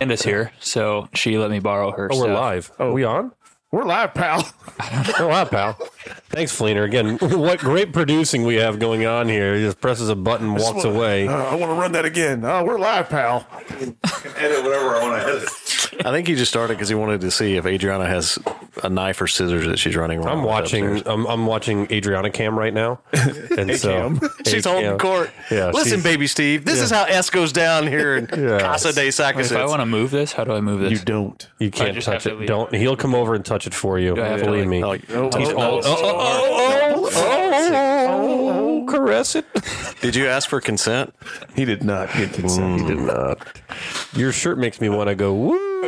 Amanda's here, so she let me borrow her. Oh, we're stuff. live. Are we on? We're live, pal. We're live, pal. Thanks, Fleener. Again, what great producing we have going on here. He just presses a button, walks wanna- away. Uh, I want to run that again. Uh, we're live, pal. edit whatever I want to edit. I think he just started because he wanted to see if Adriana has a knife or scissors that she's running around. I'm with watching. upstairs. I'm, I'm watching Adriana Cam right now, and so She's A-Cam. holding court. Yeah, Listen, she's- baby Steve, this is how S goes down here in Casa de If I Sacasas. want to move this, how do I move this? You don't. You can't just have touch to it. leave. Don't. He'll come over and touch it for you. I have to, Believe like- me. Oh, He's all- oh, oh, oh, oh, oh, caress it. Did you ask for consent? He did not get consent. He did not. Your shirt makes me want to go. Woo.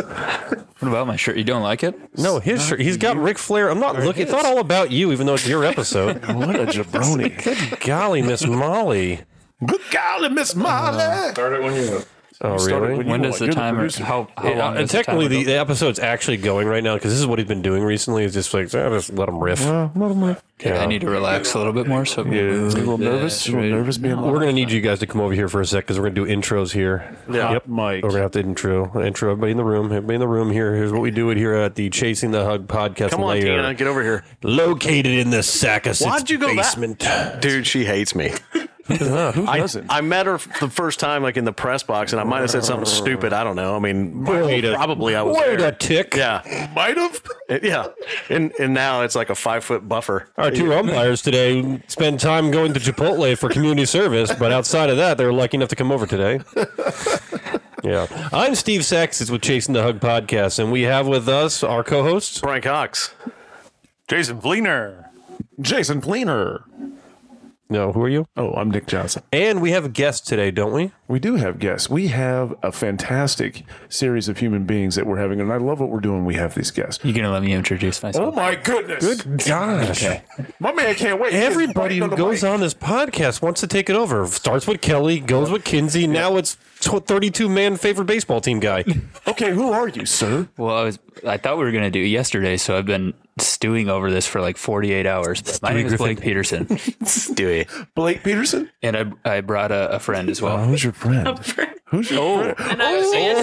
What about my shirt? You don't like it? No, his shirt. He's got Ric Flair. I'm not looking. It's not all about you, even though it's your episode. What a jabroni. Good golly, Miss Molly. Good golly, Miss Molly. Start it when you know. Oh, started really? when you When were does like, the you're the timer? producer. how how long? Uh, does technically, the, the, timer the episode's actually going right now because this is what he's been doing recently. Is just like, "Ah, just let him riff. Uh, go? I need to relax a little bit more. So yeah, A little nervous. A little nervous being We're live. gonna need you guys to come over here for a sec because we're gonna do intros here. Yeah. Hot mic. We're gonna have to intro, intro everybody in the room. Everybody in the room here. Here's what we do it here at the Chasing the Hug podcast. Come on, layer. Tina, get over here. Located in the Sacasas Why'd you go that- basement. Dude, she hates me. Uh, Who I, doesn't? I met her f- the first time, like in the press box, and I might have said something stupid. I don't know. I mean, probably I was. Wait there. a tick. yeah, might have. It- yeah, and and now it's like a five foot buffer. Our two umpires today spend time going to Chipotle for community service, but outside of that, they're lucky enough to come over today. Yeah. I'm Steve Sachs. It's with Chasing the Hug podcast, and we have with us our co host. Brian Cox. Jason Vleener. Jason Fleener. No, who are you? Oh, I'm Nick Johnson. And we have a guest today, don't we? We do have guests. We have a fantastic series of human beings that we're having, and I love what we're doing. We have these guests. You're gonna let me introduce Oh myself. my goodness! Gosh. My man can't wait. Everybody who goes on this podcast wants to take it over. Starts with Kelly, goes with Kinsey. Now it's 32 man favorite baseball team guy. Okay, who are you, sir? Well, I was I thought we were gonna do it yesterday, so I've been stewing over this for like 48 hours. But my name is Blake Peterson, Stewie. Blake Peterson. and I I brought a, a friend as well. Who's your friend? Who's your friend? And I was saying,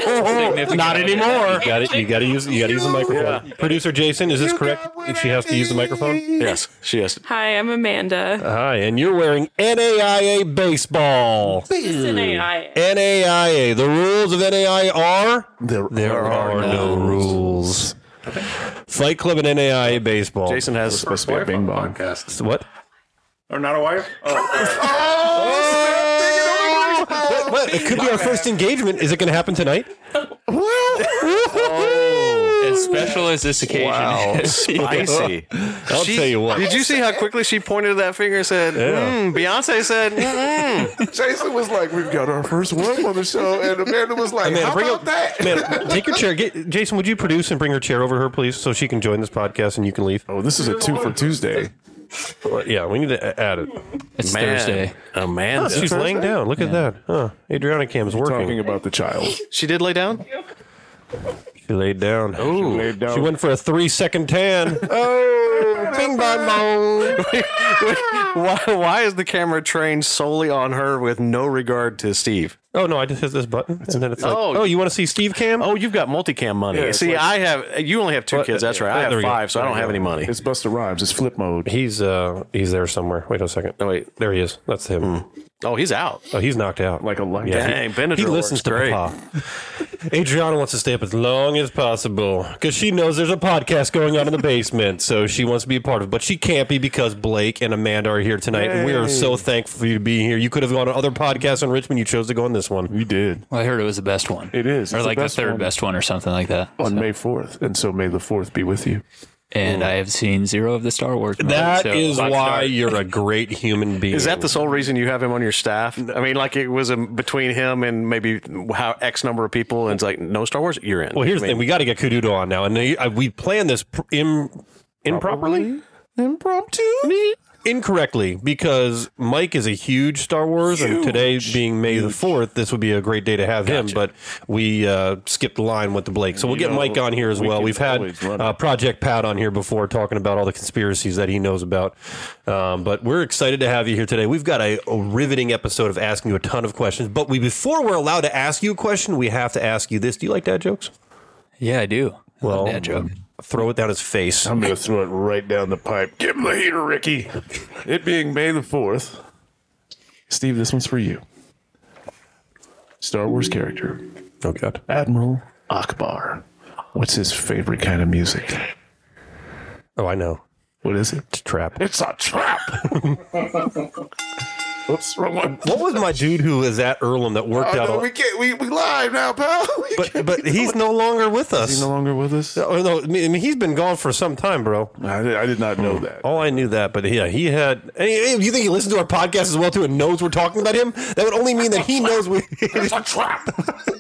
Not Oh, anymore. You got it. You got to use. You got to use the microphone. Producer Jason, is this correct? If she has to use the microphone. Yes, she has. Hi, I'm Amanda. Hi, and you're wearing NAIA baseball. It's an AI. NAIA. The rules of NAIA are There, there are no rules. Fight Club and NAIA baseball. Jason has. Must be a bing bong. Podcast. what? Or not a wife? Oh, Oh, What, what? It could be our first engagement. Is it going to happen tonight? Oh. As special as this occasion is, Spicy. I'll She- tell you what. Did you see how quickly she pointed that finger and said, mm, Beyonce said, mm Jason was like, "We've got our first one on the show," and Amanda was like, Man, "How bring about up, that?" man, take your chair. Get, Jason, would you produce and bring her chair over to her, please, so she can join this podcast and you can leave? Oh, this is a two for Tuesday. Yeah, we need to add it. it's Man, Thursday. Oh, Amanda. She's laying down. Look at that. Huh. Adriana Cam is Talking working. about the child. she did lay down? She laid down. Ooh. Laid down. She went for a three second tan. oh, bing bong bong. Why, why is the camera trained solely on her with no regard to Steve? Oh, no, I just hit this button. And then it's like, Oh. oh, you want to see Steve Cam? Oh, you've got multicam money. see, I have, you only have two kids. That's right. I There have we go. five, so I don't have any money. it's Buster Rhymes. It's flip mode. He's uh he's there somewhere. Wait a second. Oh, wait. There he is. That's him. Oh, he's out. Oh, he's knocked out. Like a light. Yeah. Dang, Benadryl he listens works to great. Papa. Adriana wants to stay up as long as possible because she knows there's a podcast going on in the basement, so she wants to be a part of it. But she can't be because Blake and Amanda are here tonight, and we are so thankful for you to be here. You could have gone to other podcasts in Richmond, you chose to go on this one. You did Well, I heard it was the best one. It is. or It's the like the, best third one. best one, or something like that. on May fourth, and so may the fourth be with you. And I have seen zero of the Star Wars. movies, That so- is why you're a great human being. Is that the sole reason you have him on your staff? I mean, like it was um between him and maybe how X number of people, and it's like, no Star Wars, you're in. Well, here's the I mean, thing: we got to get Kududo on uh, now, and they, I, we planned this pr- im, improperly. Impromptu. incorrectly because Mike is a huge Star Wars, and today being May the fourth, this would be a great day to have him. But we uh, skipped the line with the Blake, so we'll you get know, Mike on here as we well. can We've had always run uh, it. Project Pat on here before talking about all the conspiracies that he knows about. Um, but we're excited to have you here today. We've got a, a riveting episode of asking you a ton of questions. But we before we're allowed to ask you a question, we have to ask you this. Do you like dad jokes? Yeah, I do. Well, dad um, joke. Throw it down his face. I'm going to throw it right down the pipe. Give him the heater, Ricky. It being May the 4th. Steve, this one's for you. Star Wars character, Oh God. Admiral Akbar. What's his favorite kind of music? Oh, I know. What is it? It's a trap. It's a trap. Oops, wrong one. What was my dude who was at Earlham that worked out? all- can't. We, we live now, pal. We but but he's no longer with us. He's no longer with us. Oh, no, I mean he's been gone for some time, bro. I did, I did not know that. Oh, I knew that, but yeah, he had. and he- you think he listened to our podcast as well too and knows we're talking about him? That would only mean that he knows we. It's a trap.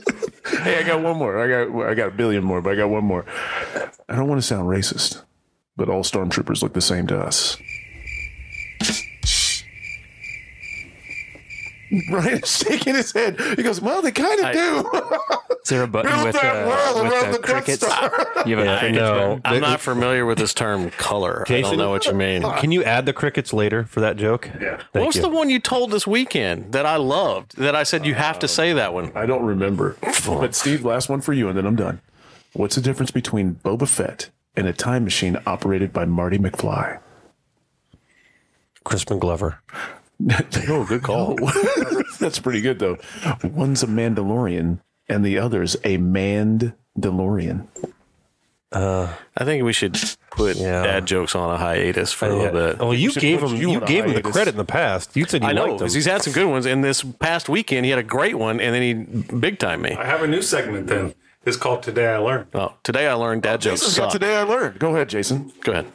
hey, I got one more. I got I got a billion more, but I got one more. I don't want to sound racist, but all stormtroopers look the same to us. Brian's shaking his head. He goes, "Well, they kind of do." Is there a button Build with, that uh, wall around with the the Death crickets? Star. You have a cricket button? I'm not familiar with this term color. I Jason? don't know what you mean. Can you add the crickets later for that joke? Yeah. What was the one you told this weekend that I loved? That I said you have to say that one. I don't remember. But Steve, last one for you, and then I'm done. What's the difference between Boba Fett and a time machine operated by Marty McFly? Crispin Glover. No, good call. That's pretty good though. One's a Mandalorian and the other's a manned DeLorean. I think we should put Yeah. Oh, dad jokes on a hiatus for a Yeah. little bit. Well, you should gave put him you you, on a gave him the hiatus. credit in the past. You said you I know liked him. because he's had some good ones. And this past weekend, he had a great one, and then he big time me. I have a new segment then. It's called Today I Learned. Oh, today I learned dad jokes suck. Today I learned. Go ahead, Jason. Go ahead.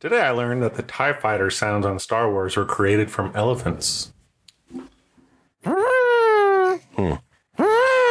Today I learned that the TIE fighter sounds on Star Wars were created from elephants.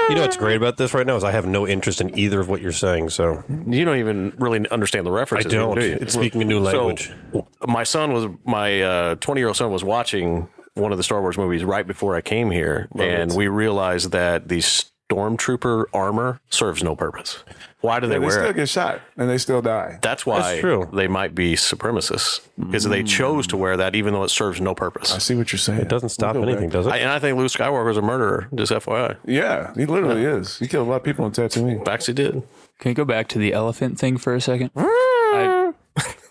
You know what's great about this right now is I have no interest in either of what you're saying. So You don't even really understand the I references. don't. do you? It's speaking a new language. So, my son was my twenty year old son was watching one of the Star Wars movies right before I came here, and we realized that the stormtrooper armor serves no purpose. Why do they They wear still it? get shot and they still die. That's why That's true. they might be supremacists because they chose to wear that, even though it serves no I purpose. see what you're saying. it doesn't stop Go back. anything, does it? I, and I think Luke Skywalker is a murderer. Just FYI, Yeah, he literally is. He killed a lot of people in Tatooine. Baxi did. Can we go back to the elephant thing for a second? I,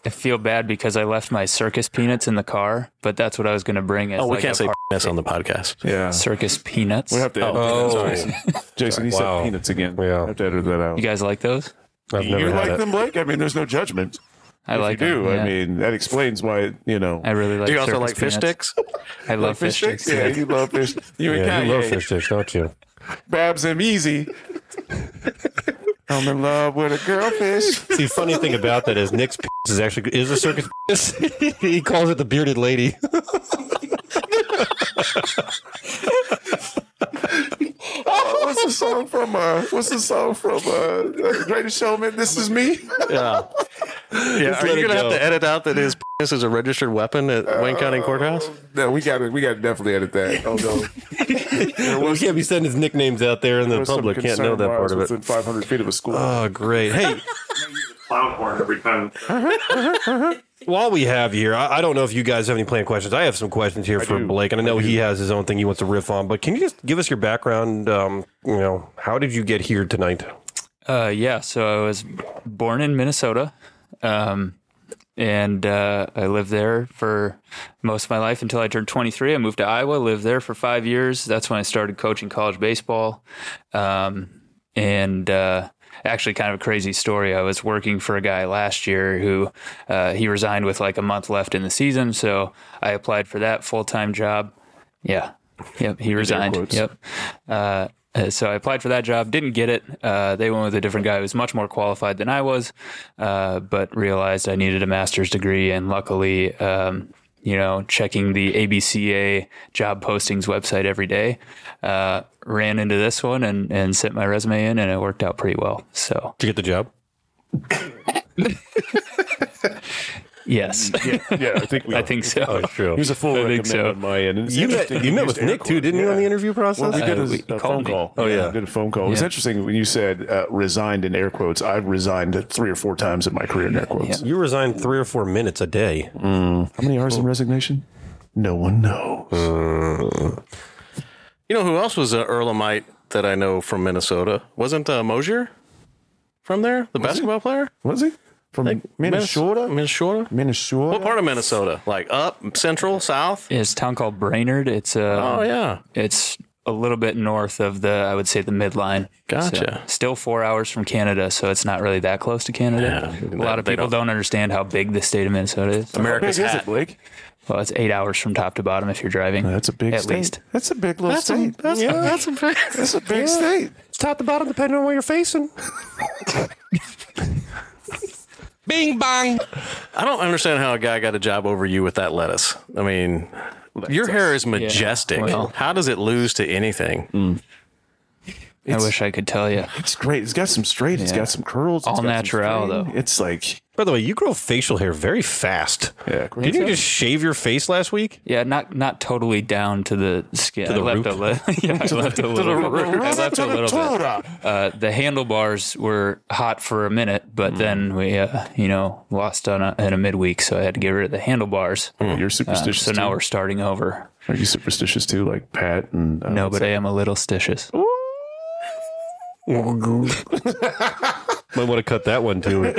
I feel bad because I left my circus peanuts in the car, but that's what I was going to bring. As Oh, we like can't a say par- this on the podcast. Yeah. circus peanuts. We have to edit Oh. that out. Jason, he Wow. said peanuts again. Yeah. We have to edit that out. you guys like those? I've You never had like it. them, Blake? I mean, there's no judgment. I like you them, do. yeah. I mean, that explains why, you know. I really like. Do you also circus like fish peanuts. sticks? I love fish sticks. Yeah, you love fish. You Yeah, and you love Kanye. fish sticks, don't you? Babs and Easy. I'm in love with a girl fish. See, funny thing about that is Nick's penis is actually is a circus. penis. he calls it the bearded lady. Oh, what's the song from? Uh, what's the song from? Uh, Greatest Showman. This is me. Yeah. Yeah. Are let you it gonna go. have to edit out that his penis is a registered weapon at Wayne County Courthouse? No, we got to We got to definitely edit that. Oh no, we can't be sending his nicknames out there in the There's some public. Can't concern know that while I was part of it. Within 500 feet of a school. Uh, Oh, great! Hey, Clown horn every time. while we have you here, I, I don't know if you guys have any planned questions. I have some questions here for Blake, and I know he has his own thing he wants to riff on. But can you just give us your background? Um, you know, how did you get here tonight? Uh, yeah, so I was born in Minnesota, um, and uh, I lived there for most of my life until I turned 23. I moved to Iowa, lived there for five years. That's when I started coaching college baseball. Um, and uh, actually, kind of a crazy story. I was working for a guy last year who uh, he resigned with like a month left in the season, so I applied for that full time job. Yeah. Yep, he resigned. quotes. Yep. Uh, uh, so I applied for that job, didn't get it. Uh, they went with a different guy who was much more qualified than I was, uh, but realized I needed a master's degree. And luckily, um, you know, checking the ABCA job postings website every day, uh, ran into this one and, and sent my resume in, and it worked out pretty well. So Did you get the job? Yes. Mm, Yeah, Oh, I think we. I think so. true. He was a full I think recommend so. on my end. And it's You met, interesting, you he met used with Nick air too, didn't you, quotes. on the interview Well, process? we did Uh, a, we- a he phone called me. call. Oh, yeah. we did a phone call. It was Yeah. interesting when you said uh, "resigned" in air quotes. I've resigned three or four times in my career in air quotes. you resign three or four minutes a day. How many hours in resignation? Uh, No one knows. You know who else was an Earlemite that I know from Minnesota? Wasn't uh, Mosier from there, the basketball player? Was he from Minnesota? Minnesota? Minnesota. What part of Minnesota? Like up, central, south? It's a town called Brainerd. It's uh, a Oh, yeah. it's a little bit north of the I would say the midline. Gotcha. So, still four hours from Canada, so it's not really that close to Canada. Yeah. a lot of They people don't- don't. understand how big the state of Minnesota is. How big America's is hat. it, Blake? Well, it's eight hours from top to bottom if you're driving. That's a big At state. least. That's a big little state. that's, Yeah, a big. That's a big state. It's top to bottom, depending on what you're facing. Bing bang. I don't understand how a guy got a job over you with that lettuce. I mean, your hair is majestic. Well- How does it lose to anything? I wish I could tell you. It's great. It's got some straight. It's Yeah. got some curls. it's All got some natural, strain. though. It's like By the way, you grow facial hair very fast. Yeah, Didn't you just shave your face last week? Yeah, not not totally down to the skin. the I left root. a little. Yeah, I left a little. bit. I left a little bit. Uh, the handlebars were hot for a minute, but then we, uh, you know, lost on a, in a midweek, so I had to get rid of the handlebars. you're superstitious. So now too? we're starting over. are you superstitious too, like Pat and uh, No, but I am a little stitious. Might want to cut that one too.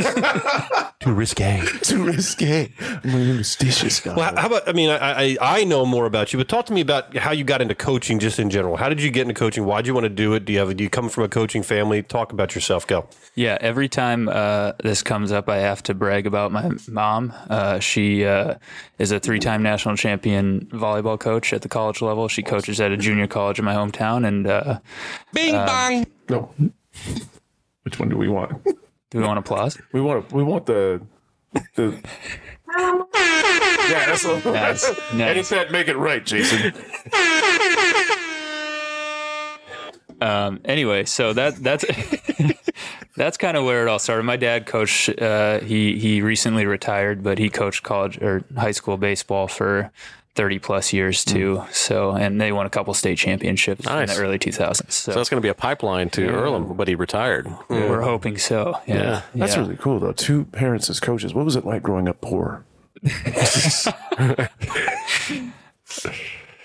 too risque. too risque. I'm a superstitious guy. Well, how about? I mean, I, I I know more about you, but talk to me about how you got into coaching, just in general. How did you get into coaching? Why would you want to do it? Do you have? Do you come from a coaching family? Talk about yourself. Go. Yeah, every time uh, this comes up, I have to brag about my mom. Uh, she uh, is a three time national champion volleyball coach at the college level. She coaches at a junior college in my hometown. And uh, Bing bang. no. Which one do we want? do we want applause? We want. We want the. the yeah, that's a, Nice. edit nice. that. Make it right, Jason. Um, anyway, so that that's that's kind of where it all started. My dad coached. Uh, he he recently retired, but he coached college or high school baseball for. 30 plus years too. So, and they won a couple state championships in Nice. the early 2000s. So, So that's going to be a pipeline to Earlham, but he retired. we're hoping so. Yeah. That's Yeah. really cool though. Two parents as coaches. What was it like growing up poor?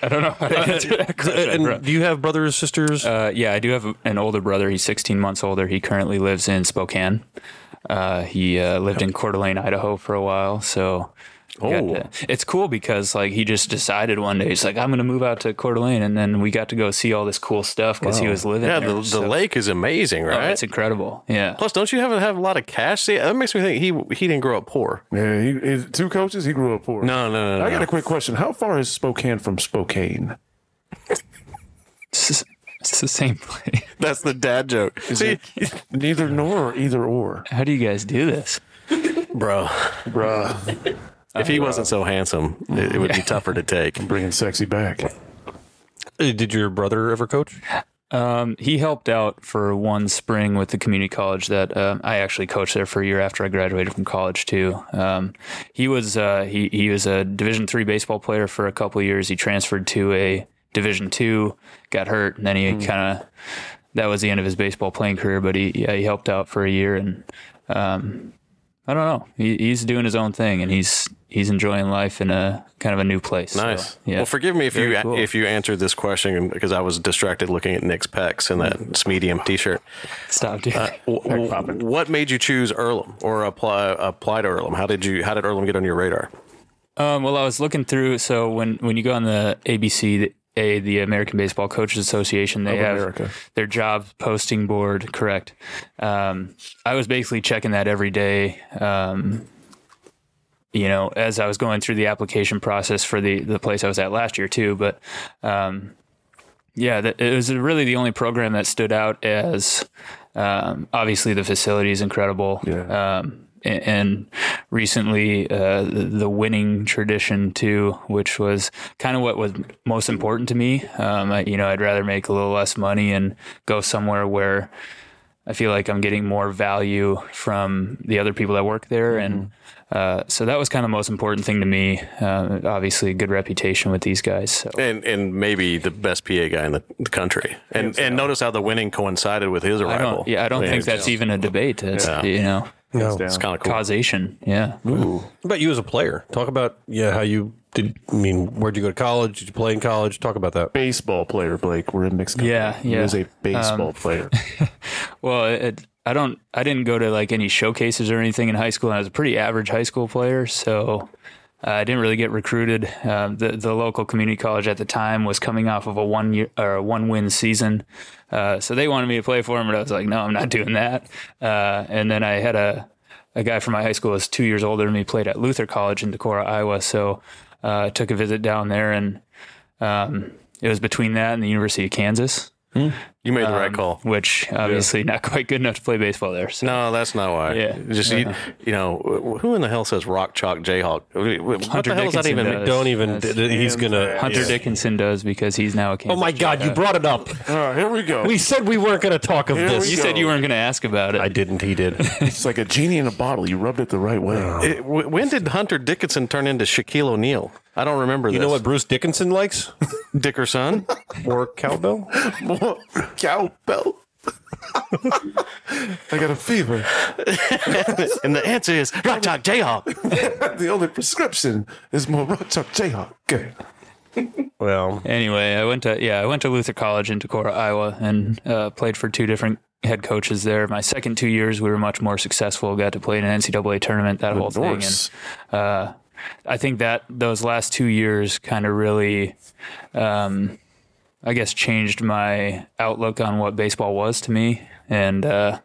I don't know how to answer that question. Uh, And bro. do you have brothers, sisters? Uh, yeah, I do have an older brother. He's 16 months older. He currently lives in Spokane. Uh, he uh, lived in Coeur d'Alene, Idaho for a while. So we got Oh. to- it's cool because like he just decided one day, he's like, I'm going to move out to Coeur d'Alene. And then we got to go see all this cool stuff because he was living Yeah, there. the, the So- lake is amazing, Oh, right? It's incredible. Yeah. Plus, don't you have, have a lot of cash? See, that makes me think he he didn't grow up poor. Yeah, he, he- two coaches. He grew up poor. No, no, no. I no. got a quick question. How far is Spokane from Spokane? It's, it's the same place. That's the dad joke. See, Neither nor, either or. How do you guys do this? bro, Bruh, if he wasn't so handsome, it, it would be tougher to take. bringing sexy back. Uh, Did your brother ever coach? he helped out for one spring with the community college that um, I actually coached there for a year after I graduated from college too. Um, he was uh, he he was a Division three baseball player for a couple of years. He transferred to a Division two, got hurt, and then Hmm. he kind of that was the end of his baseball playing career. But he yeah, he helped out for a year, and um, I don't know. He, he's doing his own thing, and he's he's enjoying life in a kind of a new place. So, Nice. yeah. Well, forgive me if you cool. if you answered this question because I was distracted looking at Nick's pecs in that medium T-shirt. Stop, dude. W- w- What made you choose Earlham or apply apply to Earlham? How did you how did Earlham get on your radar? Um, well, I was looking through. So when, when you go on the ABC, the, a, the American Baseball Coaches Association, they have America. their job posting board. Correct. Um, I was basically checking that every day. Um, you know, as I was going through the application process for the the place I was at last year too, but um, yeah, that, it was really the only program that stood out as um, obviously the facility is incredible. Yeah. Um, a- and, recently, uh, the, the winning tradition too, which was kind of what was most important to me. Um, I, you know, I'd rather make a little less money and go somewhere where I feel like I'm getting more value from the other people that work there, and uh, so that was kind of the most important thing to me. Uh, obviously, good reputation with these guys. So. and and maybe the best PA guy in the, the country. And and notice how the winning coincided with his I arrival. don't, yeah, I don't think that's even a debate. It's you know No. It's kind of cool. causation. Yeah, What about you as a player? Talk about yeah, how you did. I mean, where'd you go to college? Did you play in college? Talk about that. Baseball player, Blake. We're in mixed company. Yeah, He yeah. was a baseball player. Well, it, it- I don't. I didn't go to like any showcases or anything in high school, and I was a pretty average high school player, so uh, I didn't really get recruited. Um, the the local community college at the time was coming off of a one year or a one win season, uh, so they wanted me to play for them, but I was like, no, I'm not doing that. Uh, and then I had a a guy from my high school is two years older than me played at Luther College in Decorah, Iowa, so uh, I took a visit down there, and um, it was between that and the University of Kansas You made the right call. which obviously not quite good enough to play baseball there. So No, that's not why. Yeah. Uh-huh. Just You, you know, who in the hell says Rock Chalk Jayhawk? What Hunter the hell is that Dickinson even? does. Don't even. That's- he's gonna. Hunter yeah. Dickinson does because he's now a Kansas. Oh my God! You brought it up. All right, here we go. We said we weren't gonna talk of we this. You said you weren't going to ask about it. I didn't. He did. It's like a genie in a bottle. You rubbed it the right way. It- w- when did Hunter Dickinson turn into Shaquille O'Neal? I don't remember. You this. know what Bruce Dickinson likes? Dickerson? Or cowbell? Cowbell. I got a fever. and the answer is Rock Chalk Jayhawk. The only prescription is more Rochuk Jayhawk. Okay. Well, oh, anyway, I went to yeah, I went to Luther College in Decorah, Iowa, and uh, played for two different head coaches there. My second two years, we were much more successful. Got to play in an NCAA tournament, that whole thing. And, Norse. uh, I think that those last two years kind of really, um, I guess, changed my outlook on what baseball was to me. And uh,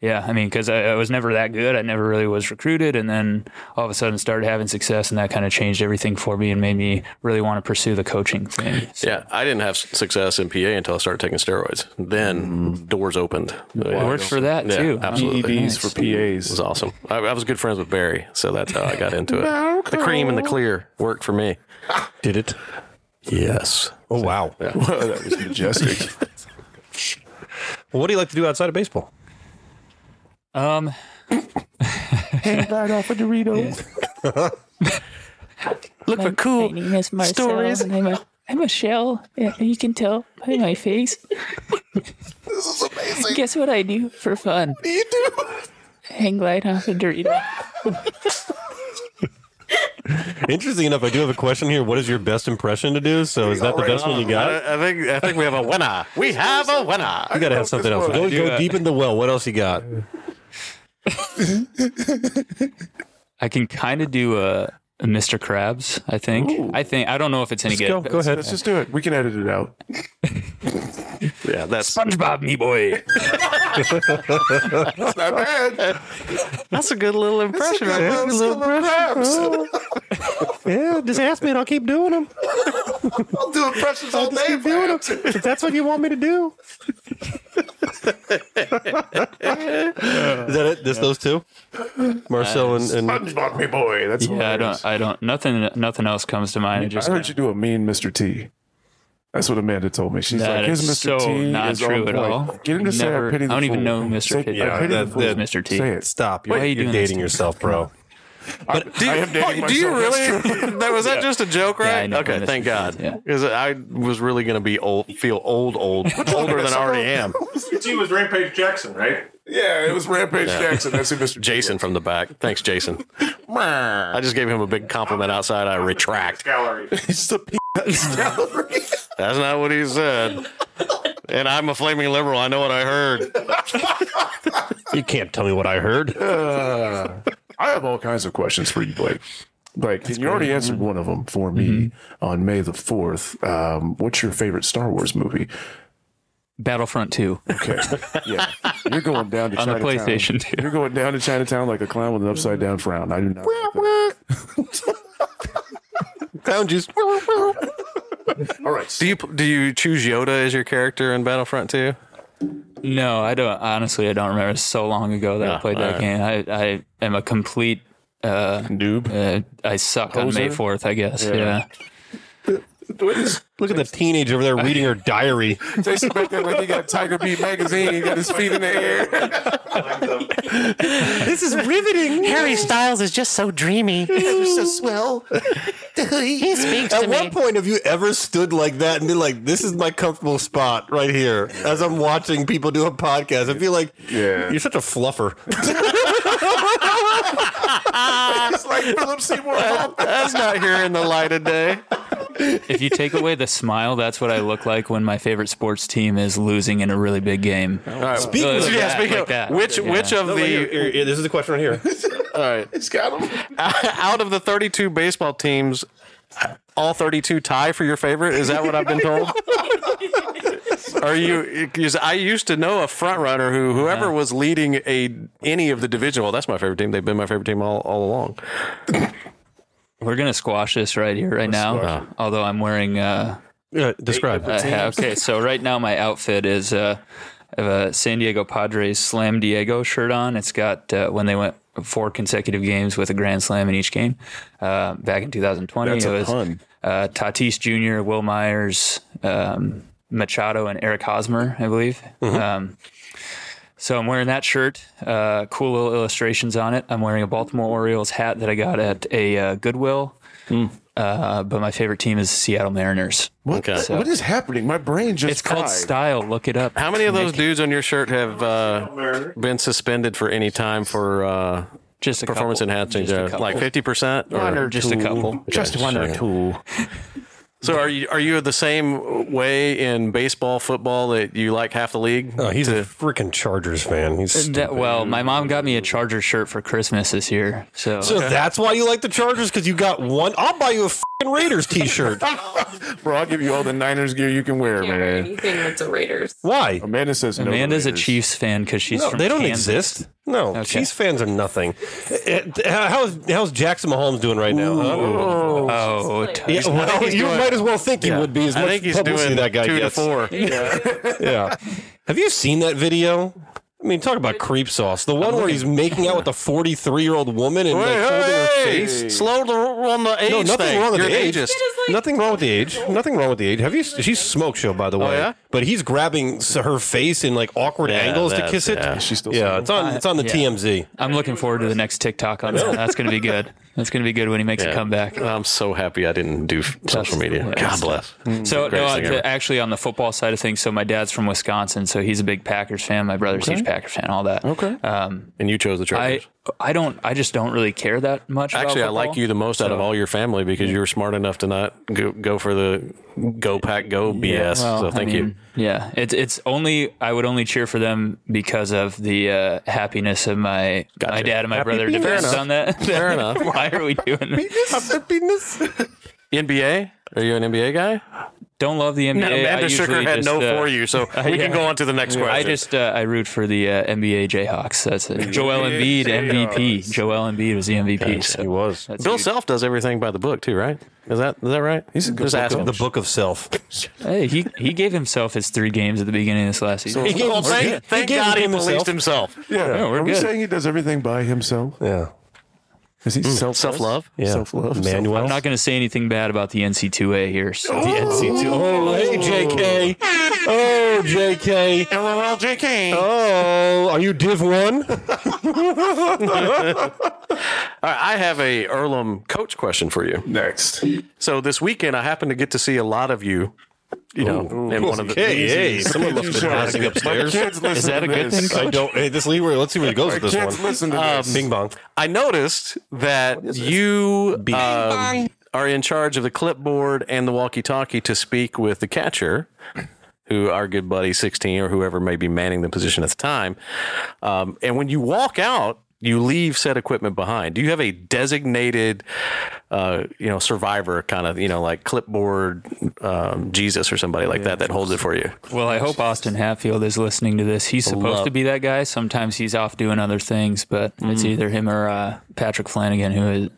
yeah, I mean, because I, I was never that good. I never really was recruited. And then all of a sudden started having success. And that kind of changed everything for me and made me really want to pursue the coaching thing. So, Yeah, I didn't have s- success in PA until I started taking steroids. Then doors opened. it Yeah, Mm-hmm. worked for that Yeah, too. absolutely. PEDs E for It was PAs. awesome. I, I was good friends with Barry, so that's how I got into it. The cream and the clear worked for me. did it? Yes. Oh wow! that was majestic. Well, what do you like to do outside of baseball? Um, right off a Dorito. Look for My cool. name is Marcel. stories. and I'm a, I'm a shell. Yeah, you can tell by my face. this is amazing. Guess what I do for fun? You do. Hang glide off a Dorito. Interesting enough, I do have a question here. What is your best impression to do? So is that the best one you got? I, I think I think we have a winner. We have a winner. You gotta have something else. Go, go deep in the well. What else you got? I can kind of do a, a Mr. Krabs, I think. I think, I don't know if it's any good. Go, go ahead. Let's just do it. We can edit it out. Yeah, that's SpongeBob, me boy. It's not bad. that's a good little impression. Perhaps. Oh. Yeah, just ask me and I'll keep doing them. I'll do impressions all day. perhaps. If that's what you want me to do. is that it? Just those two? Marcel and, and SpongeBob, me boy. That's Yeah, I hilarious. don't, I don't, nothing, nothing else comes to mind. It just, I heard you do a mean Mr. T. That's what Amanda told me. She's That like, "His is so Mr. T not is true on at point. all. Get him to say Never- I pity I the don't even fool." know Mr. Say, T. I Yeah, pity that- the fool. that- Mr. T. Say it. stop. You're, Why are you you're doing this dating to me? yourself, bro. Do you, I am dating oh, do you myself. really? That, was that just a joke, I right? know okay, Mr. thank God. Yeah. Because I was really going to be old, feel old, old, older than I already am. He was Rampage Jackson, right? Yeah, it was Rampage Jackson. That's who Mr. T Jason from the back. Thanks, Jason. I just gave him a big compliment outside. I retract. Gallery. He's the P. That's not what he said. And I'm a flaming liberal. I know what I heard. You can't tell me what I heard. I have all kinds of questions for you, Blake. Blake, you already answered one of them for me Mm-hmm. on May the fourth. Um, what's your favorite Star Wars movie? Battlefront 2 Okay, yeah, you're going down to on the Chinatown. PlayStation 2. You're going down to Chinatown like a clown with an upside down frown. I do not. like that. Clown juice. All right, Do you do you choose Yoda as your character in Battlefront 2? No, I don't. Honestly, I don't remember. It's so long ago that I played that game. I, I am a complete. Uh, noob. uh, I suck on May Fourth, I guess. Yeah. Look at the teenager over there reading her diary. Jason back there when he got Tiger Beat magazine, he got his feet in the air. This is riveting. Harry Styles is just so dreamy. so swell. He speaks to At me. what point have you ever stood like that and been like, "This is my comfortable spot right here"? As I'm watching people do a podcast, I feel like Yeah. you're such a fluffer. It's like Philip Seymour Hoffman. That's not here in the light of day. If you take away the smile, that's what I look like when my favorite sports team is losing in a really big game. Speaking Like of that, Yeah, speaking like of, that. which Yeah. which of here, the here, here, this is the question right here. all right He's got him. out of the 32 baseball teams all 32 tie for your favorite is that what i've been told are you because i used to know a front runner who whoever was leading a any of the division well that's my favorite team they've been my favorite team all, all along We're gonna squash this right here, right now. Although I'm wearing. Uh, describe a hat. okay, so right now my outfit is uh, I have a San Diego Padres Slam Diego shirt on. It's got uh, when they went four consecutive games with a grand slam in each game uh, back in 2020. That's it a was pun. Uh, Tatis Jr., Will Myers, um, Machado, and Eric Hosmer, I believe. Mm-hmm. Um, so I'm wearing that shirt. Uh, cool little illustrations on it. I'm wearing a Baltimore Orioles hat that I got at a uh, Goodwill. Hmm. Uh, but my favorite team is Seattle Mariners. okay What is happening? My brain just It's called fried. style. Look it up. how many of those dudes on your shirt have uh, been suspended for any time for uh, Just a performance couple. enhancing Just a uh, couple. like 50% One or just a couple. just one or two so are you are you the same way in baseball football that you like half the league Oh, he's a freaking Chargers fan. He's stupid. That- well, my mom got me a Charger shirt for Christmas this year, so, so that's why you like the Chargers because you got one. I'll buy you a freaking Raiders T-shirt. Bro, I'll give you all the Niners gear you can wear, Can't wear man. anything that's a Raiders. why? Amanda says no. to Amanda's a Raiders. Chiefs fan because she's No, from they don't Kansas. exist. No, Chiefs fans are nothing. Eh, eh, How's how's Jackson Mahomes doing right now? huh? Oh, t- Yeah, well, he's you doing- might as well think he would be as I much think he's publicity doing that guy two gets. to four. Yeah. Have you seen that video? I mean, talk about creep sauce. The one where he's making out with a 43 year old woman and like, holding her face. slow the, on the age No, nothing thing. wrong with You're the age. ageist. nothing wrong with the age. Nothing wrong with the age. Have you? She's smoke show, by the way. Oh, yeah? But he's grabbing s- her face in like awkward angles to that's- kiss it. yeah. Yeah, She's still it's on. It's on the yeah. TMZ. I'm looking forward to the next TikTok on that. That's going to be good. That's going to be good when he makes a Yeah. comeback. I'm so happy I didn't do f- social media. hilarious. God bless. So no, Greatest thing uh, ever. actually, on the football side of things, so my dad's from Wisconsin, so he's a big Packers fan. My brother's a huge Packers fan. All that. Okay. And you chose the I Chargers. I don't. I just don't really care that much. about Actually, I like football. you the most out of all your family because you were smart enough to not go, go for the go pack go BS. so I thank you. mean, Yeah, it's it's only I would only cheer for them because of the uh, happiness of my my dad and my brother penis. depends Fair on that. Fair enough. Why are we doing this? NBA? Are you an NBA guy? Don't love the NBA. No, I Amanda usually shook her head just, no uh, for you, so we yeah. can go on to the next question. I just uh, I root for the uh, NBA Jayhawks. That's it. Joel Embiid MVP. Joel Embiid was the MVP. So. was. Bill Self does everything by the book too, right? Is that is that right? He's a good just ask him. The Book of Self. Hey, he he gave himself his three games at the beginning of this last season. He gave Well, him- he thank thank gave God he him policed himself. himself. Yeah. we're Are we good. saying he does everything by himself? Yeah. Is he self Self love. Yeah. Self love. Manuel. I'm not going to say anything bad about the NC2A here. So. the NC2. Oh, hey, JK. Oh, JK. LOL JK. All Oh, are you Div 1? right, I have a Earlham coach question for you. Next. So this weekend, I happened to get to see a lot of you. You know, in one of the Hey, hey, someone must have been passing My upstairs. kids listen Is that to a good this. thing? I don't. Hey, this leeway. Let's see where he goes with this Kids one. listen to this. Bing bong. I noticed that you um, are in charge of the clipboard and the walkie-talkie to speak with the catcher, who our good buddy 16 or whoever may be manning the position at the time. Um, and when you walk out, you leave said equipment behind. Do you have a designated, uh, you know, survivor kind of, you know, like clipboard um, Jesus or somebody like that that holds it for you? Well, I hope Austin Hatfield is listening to this. He's supposed to be that guy. Sometimes he's off doing other things, but Mm. it's either him or uh, Patrick Flanagan, who is,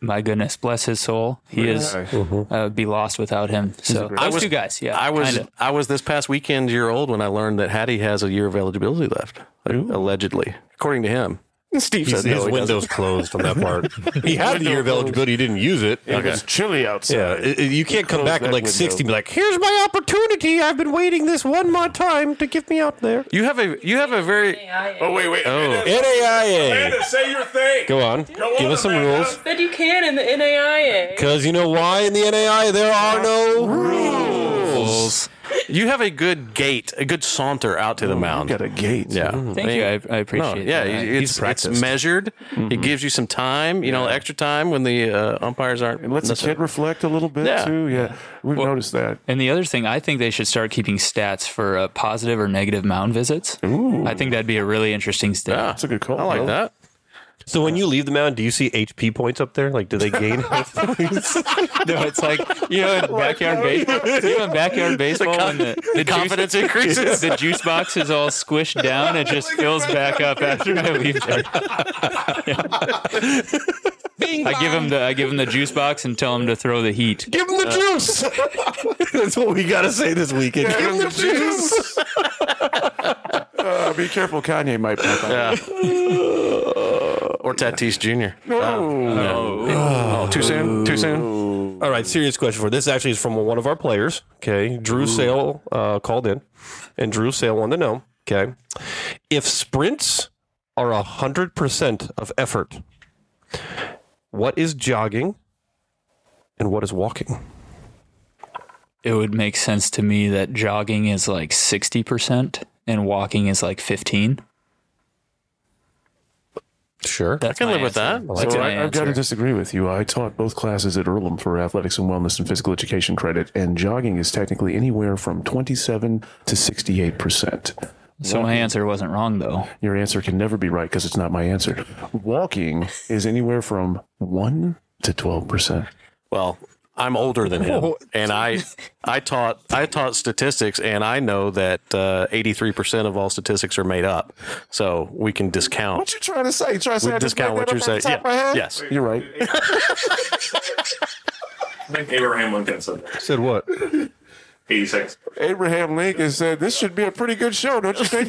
my goodness, bless his soul. He is, uh, be lost without him. So those I was- two guys, yeah. I was kinda. I was this past weekend year old when I learned that Hattie has a year of eligibility left, allegedly, according to him. Steve He's- said no, his he doesn't. window's closed on that part. he had the year of eligibility. He didn't use it. It was chilly outside. Yeah, i- i- you can't come Close back at that like window. 60 and be like, Here's my opportunity. I've been waiting this one more time to get me out there. You have a you have a very Oh wait, wait. oh NAIA. say your thing. Go on. Give us some rules. Said you can in the NAIA. Because you know why in the NAIA there are no rules. you have a good gait a good saunter out Oh, to the mound. Got a gate. Yeah. Thank you. I, I No, appreciate it. yeah, it's, it's measured. It Mm-hmm. gives you some time, you know, extra time when the uh, umpires aren't. And lets the kid reflect a little bit Yeah. too. Yeah, we've noticed that. And the other thing, I think they should start keeping stats for uh, positive or negative mound visits. I think that'd be a really interesting stat. Yeah. That's a good call. I like Bill. that. Oh. So when you leave the mound, do you see HP points up there? Like, do they gain health points? No, it's like you know in backyard baseball. You know in backyard baseball when the, the confidence juice, increases. the juice box is all squished down. It just fills back up after I leave there. I give him the I give him the juice box and tell him to throw the heat. Give them the juice. Uh, That's what we gotta say this weekend. Give them the juice. Uh, be careful, Kanye might pop out. Or Tatis Jr. Oh, no. oh, too soon. Too soon. All right, serious question for this. Actually, is from one of our players. Okay, Drew Sale uh, called in, and Drew Sale wanted to know. Okay, if sprints are hundred percent of effort, what is jogging, and what is walking? It would make sense to me that jogging is like sixty percent and walking is like fifteen. Sure. That's I can my live with answer. that. That's So my I, I've got to answer. disagree with you. I taught both classes at Earlham for athletics and wellness and physical education credit, and jogging is technically anywhere from 27 to 68 percent. So my answer wasn't wrong though. Your answer can never be right because it's not my answer. Walking is anywhere from one to 12 percent. Well, I'm older than him, and I I taught I taught statistics, and I know that eighty three percent of all statistics are made up. So we can discount. you trying to say? You trying to We discount what you're saying. Yeah. Yes. You're right. I think Abraham Lincoln said that. Said what? 86. Abraham Lincoln said, "This should be a pretty good show, don't you think?"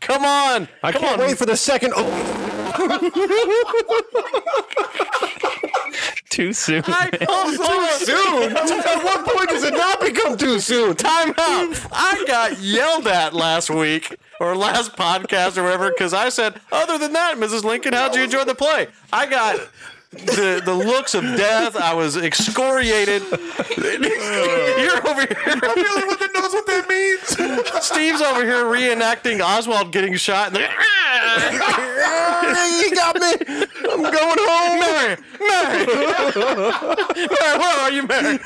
Come on. I can't wait for the second. Too soon. too soon. At what point does it not become too soon? Time out. I got yelled at last week or last podcast or whatever because I said, other than that, Mrs. Lincoln, how'd you enjoy the play? I got the, the looks of death. I was excoriated. You're over here. the only one that knows what that means. Steve's over here reenacting Oswald getting shot. And they're, he got me. I'm going home. Mary, Mary, Mary, where are you, Mary?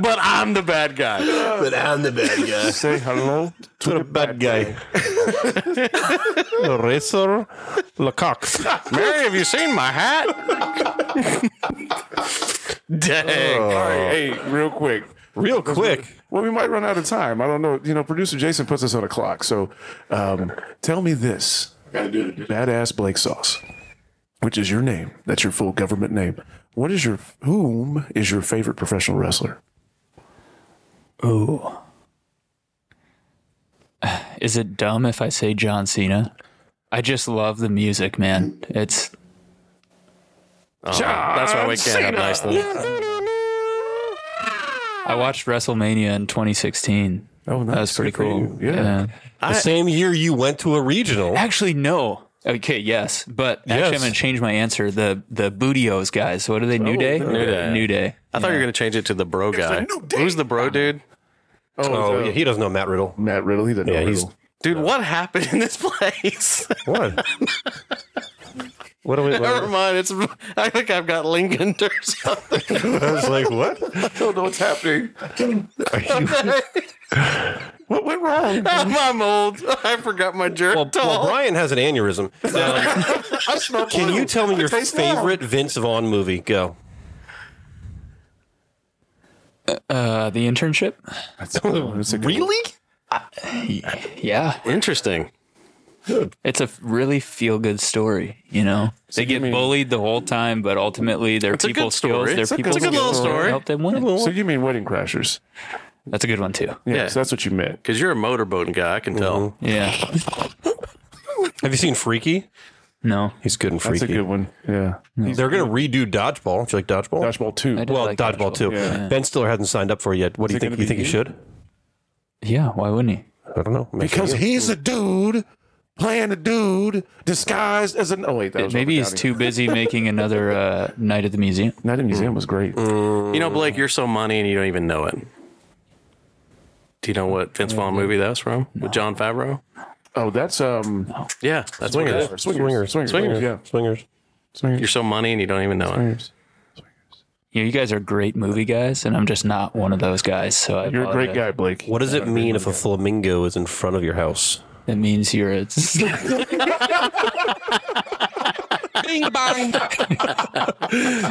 but I'm the bad guy. But I'm the bad guy. Say hello To the bad guy. the racer, Lecoq. Mary, have you seen my hat? Dang. All right, hey, real quick. Uh, Real quick. Well, we might run out of time. I don't know. You know, producer Jason puts us on a clock. So um, tell me this Badass Blake Sauce, which is your name. That's your full government name. What is your, whom is your favorite professional wrestler? Ooh. Is it dumb if I say John Cena? I just love the music, man. It's That's why we can't have nice things. I watched WrestleMania in 2016. Oh, That was nice. pretty Good for cool. you. Yeah. The same year you went to a regional. Actually, no. Okay, yes, but actually, I'm Yes. gonna change my answer. The the Bootios guys. What are they? Oh, New Day. New Day. New Day. I thought you were going to change it to the bro guy. Who's the bro dude? Oh, yeah, he doesn't know Matt Riddle. Matt Riddle. He doesn't know Yeah, he's- Riddle. Dude, what happened in this place? What? what do we? Never What, mind. It's I think I've got Lincoln or something. I was like, what? I don't know what's happening. What went wrong? I'm, I'm old. I forgot my jerk Well, well, Brian has an aneurysm. Now, can you tell me your taste now. favorite Vince Vaughn movie? Go. Uh, the internship. Really? Yeah, Interesting. it's a really feel good story. You know, they get bullied the whole time, but ultimately their a good people story. skills, their It's a good- people it's a good little skills story. help them win. So you mean Wedding Crashers? That's a good one too. Yeah, Yeah. so that's what you meant. Because you're a motorboating guy, I can tell. Mm-hmm, Yeah. Have you seen Freaky? No. He's good in Freaky. That's a good one. Yeah. They're going to redo Dodgeball. Do you like Dodgeball? Dodgeball two. I did Well, like Dodgeball, too. Yeah. Ben Stiller hasn't signed up for it yet. What do you it think? gonna You think be he you? should? Yeah. Why wouldn't he? I don't know. Maybe Because he is. he's a dude playing a dude disguised as an. Oh wait, that was Maybe Robert he's too busy making another uh, night at the museum. Downey. Night at the Museum was great. You mm-hmm. know, Blake, you're so money and you don't even know it. Do you know what Vince Vaughn Mm-hmm. movie that was from? With John Favreau? Oh, that's um Yeah, that's what it swingers. is. swingers, swingers, swingers, yeah, Swingers. You're so money and you don't even know it. swingers. You know, you guys are great movie guys, and I'm just not one of those guys. So I You're a great apologize. guy, Blake. What does it mean if a flamingo is in front of your house? That means you're a. Bing bang.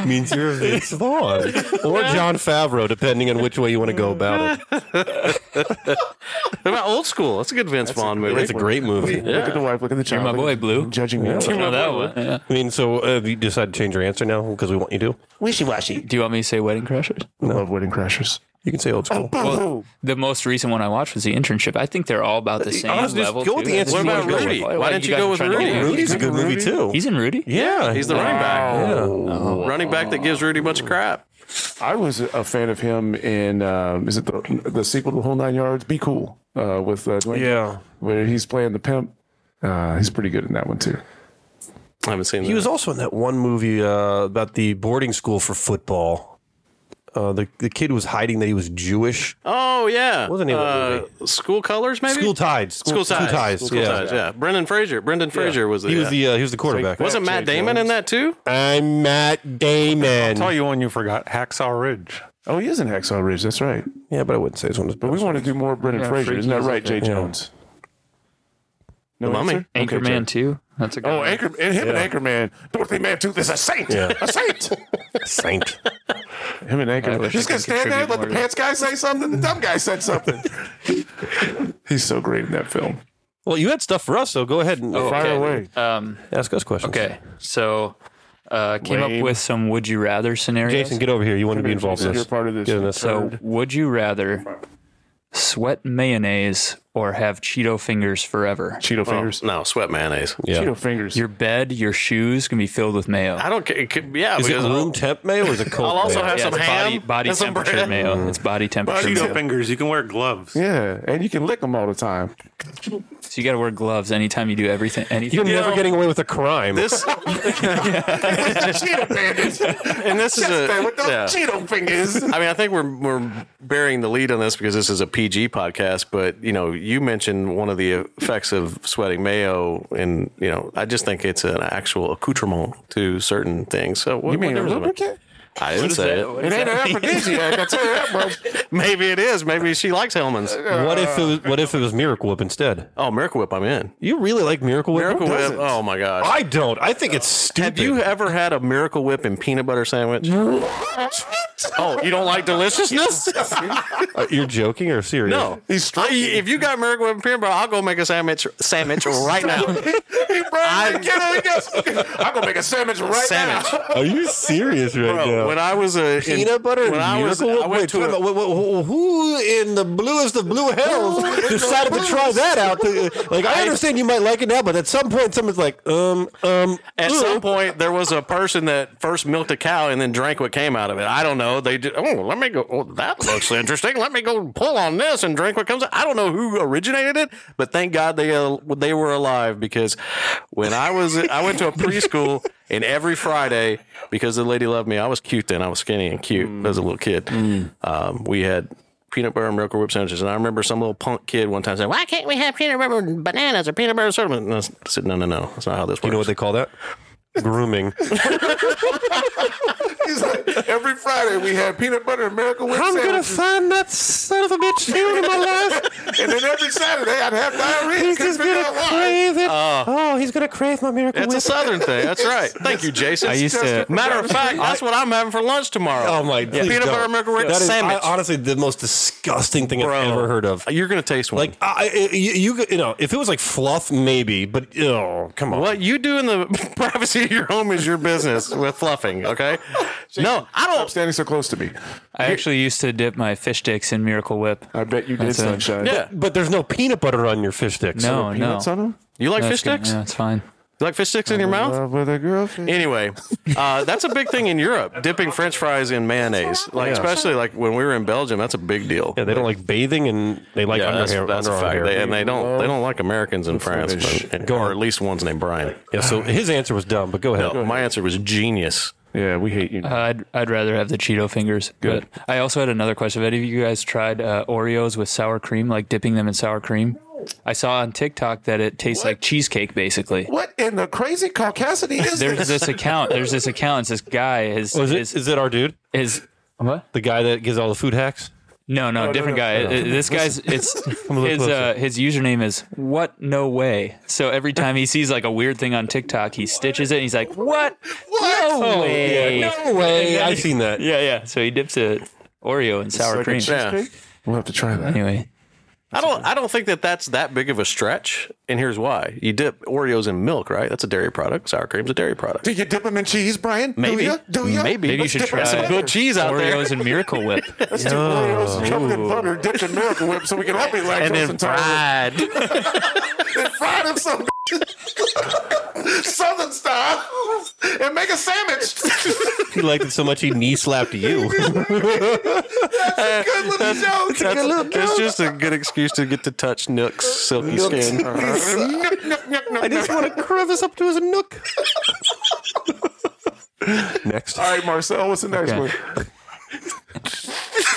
means you're Vince Vaughn or John Favreau, depending on which way you want to go about it. What about old school? That's a good Vince Vaughn movie. It's a great movie. Look at the wife. Look at the child. my look at boy, Blue. Judging me. Oh, that one. Yeah. I mean, so uh, you decide to change your answer now because we want you to. Wishy washy. Do you want me to say Wedding Crashers? I love Wedding Crashers. You can say Oh, old school. The most recent one I watched was the internship. I think they're all about the same I was just- level. go with too. the answer What you about wanna go with. Rudy? Why, Why didn't you you go guys with trying to Rudy? get it? Rudy's a good movie too. He's in Rudy. yeah, He's the running back. Oh. Running back that gives Rudy a bunch of crap. I was a fan of him in um, is it the the sequel to the Whole Nine Yards? Be cool uh, with uh, Dwayne. Yeah. where he's playing the pimp. Uh, he's pretty good in that one too. I haven't seen that. He was also in that one movie uh, about the boarding school for football. Uh, the the kid was hiding that he was Jewish. oh, yeah. Uh, What was the name of that School Colors, maybe? School tides. School Ties. ties. School yeah. Ties, yeah. Brendan Fraser. Brendan Fraser was the. He was yeah. the uh, he was the quarterback. Wasn't Matt Damon in that too? I'm Matt Damon. Tell you one you forgot Hacksaw Ridge. Oh, he is in Hacksaw Ridge. That's right. Yeah, but I wouldn't say it's one of his. But we want to do more Brendan Fraser, isn't that right, Jay Jones? No The Mummy. answer? Okay, Anchorman Jay. too. That's a good. Oh, one. Anchor and him and Anchorman. Dorothy Mantooth is a saint. A saint. Saint. Him and Anchorman. wish Just I gonna could stand there, contribute let the more to pants guy say something. The dumb guy said something. He's so great in that film. Well, you had stuff for us, so go ahead and Oh. Fire Okay. away. Um, ask us questions. okay, so uh, came Lame. up with some would you rather scenarios. Jason, get over here. You want to be involved in You're this? part of this. Get in this. so would you rather sweat mayonnaise or have Cheeto fingers forever? Cheeto fingers. No, sweat mayonnaise. yeah. Cheeto fingers. Your bed, your shoes can be filled with mayo. I don't care. It could- Yeah, Is it because room temp mayo or is it cold? I'll also mayo? have yeah, some it's body, ham, body and some temperature bread. mayo. It's body temperature Cheeto mayo. fingers. You can wear gloves. yeah, and you can lick them all the time. So you got to wear gloves anytime you do everything. You're Anything. never getting away with a crime. This Cheeto fingers. and this is a. with those yeah. Cheeto fingers. I mean, I think we're we're bearing the lead on this because this is a PG podcast. But you know, you mentioned one of the effects of sweating mayo, and you know, I just think it's an actual accoutrement to certain things. So what, You mean a what difference does it lubricant? make? I didn't say it. It ain't an aphrodisiac. I tell you that much. Maybe it is. Maybe she likes Hellman's. what if it uh, was, what if it was Miracle Whip instead? Oh, Miracle Whip! I'm in. You really like Miracle Whip? Miracle Who Whip. doesn't? Oh my gosh. I don't. I think it's stupid. Have you ever had a Miracle Whip and peanut butter sandwich? oh, you don't like deliciousness? Uh, you're joking or serious? no. He's I, stroking. if you got Miracle Whip and peanut butter, I'll go make a sandwich sandwich right now. Hey, bro, I- get it, get it. I'm gonna make a sandwich right Sandwich. Are you serious right Bro, when I was a in- Peanut butter when and I was, Miracle Whip? I went Wait, to wait, a- wait, wait, wait, who in the bluest of blue hells decided to try that out? To- uh, like, I understand you might like it now, but at some point, someone's like, um, um, at ooh. some point there was a person that first milked a cow and then drank what came out of it. I don't know. They did, oh let me go. Oh, that looks interesting. Let me go pull on this and drink what comes out. I don't know who originated it, but thank God they uh, they were alive because when I was I went to a preschool and every Friday because the lady loved me. I was cute then. I was skinny and cute as a little kid. Um, we had. Peanut butter and Miracle Whip sandwiches, and I remember some little punk kid one time saying, "Why can't we have peanut butter and bananas or peanut butter and soda?" And I said, "No, no, no, that's not how this works." you know what they call that? Grooming. now. He's like, every Friday we had peanut butter and Miracle Whip I'm gonna sandwiches, find that son of a bitch down in my life. and then every Saturday I'd have diarrhea. He's Couldn't just figure gonna out why. crave it. oh, he's gonna crave my miracle It's a whip. southern thing. Uh. That's right. Thank you, Jason. I used to. Matter of fact, that's what I'm having for lunch tomorrow. Oh my! Yeah. please Peanut don't. butter miracle whip That is, sandwich. I- honestly, the most disgusting thing Bro. I've ever heard of. You're gonna taste one. Like I, I- you, you, you know, if it was like fluff, maybe, but oh, come on. what you do in the privacy of your home is your business with fluffing. Okay. No, I Stop don't. standing so close to me. I actually used to dip my fish sticks in Miracle Whip. Uh, I bet you did, That's it. Sunshine. Yeah. But there's no peanut butter on your fish sticks. No, no. Peanuts on them? You like No, fish it's good. sticks? Yeah, it's fine. You like fish sticks in your mouth? Love with a girlfriend. Anyway, uh, that's a big thing in Europe, dipping French fries in mayonnaise. Like especially like when we were in Belgium, that's a big deal. Yeah, they don't like bathing and they like Yeah, that's, underhair. that's a underarm fact. hair. They, and they don't they don't like Americans in France, British. but, or at least one's named Brian. yeah, so his answer was dumb, but go ahead. No, my answer was genius. Yeah, we hate you. Uh, I'd I'd rather have the Cheeto fingers. Good. I also had another question. Have any of you guys tried uh, Oreos with sour cream, like dipping them in sour cream? I saw on TikTok that it tastes like cheesecake, basically. what in the crazy caucasity is There's this? this account. There's this account. It's this guy. His Was it, his, Oh, is, it our dude? his what? The guy that gives all the food hacks? No, no, different no, guy. Uh, This guy's it's a little his uh, his username is what no way. So every time he sees like a weird thing on TikTok, he stitches it. and He's like, what? No Oh, way. No way. I've seen that. Yeah, yeah. So he dips a Oreo in sour Like a cream. cheesecake? We'll have to try that. Anyway, I don't I don't think that that's that big of a stretch. And here's why: you dip Oreos in milk, right? That's a dairy product. Sour cream's a dairy product. Do you dip them in cheese, Brian? Do Maybe. you? Do you? Maybe. maybe you Let's should dip try some good cheese out there. Oreos and Miracle Whip. Let's do Oreos covered in butter, dipped in Miracle Whip, so we can all be lactose and then intolerant. fried. and fry them some Southern style and make a sandwich. He liked it so much he knee slapped you. Good little joke. That's, that's just a good excuse to get to touch Nook's silky skin. Nook, nook, nook, nook, nook. want to crevice up to his nook. Next. All right, Marcel, what's the next Okay. one?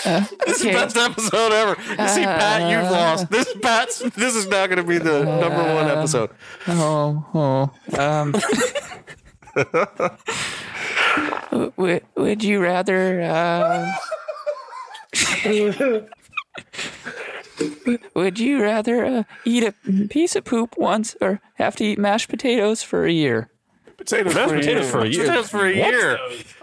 Okay. Best episode ever. You see, Pat, you've lost. This Pat's. This is now going to be the number one episode. Oh, oh. Um. would, would you rather? Um, w- would you rather uh, eat a piece of poop once or have to eat mashed potatoes for a year? Potatoes. for potatoes you. for a year. Just for a year,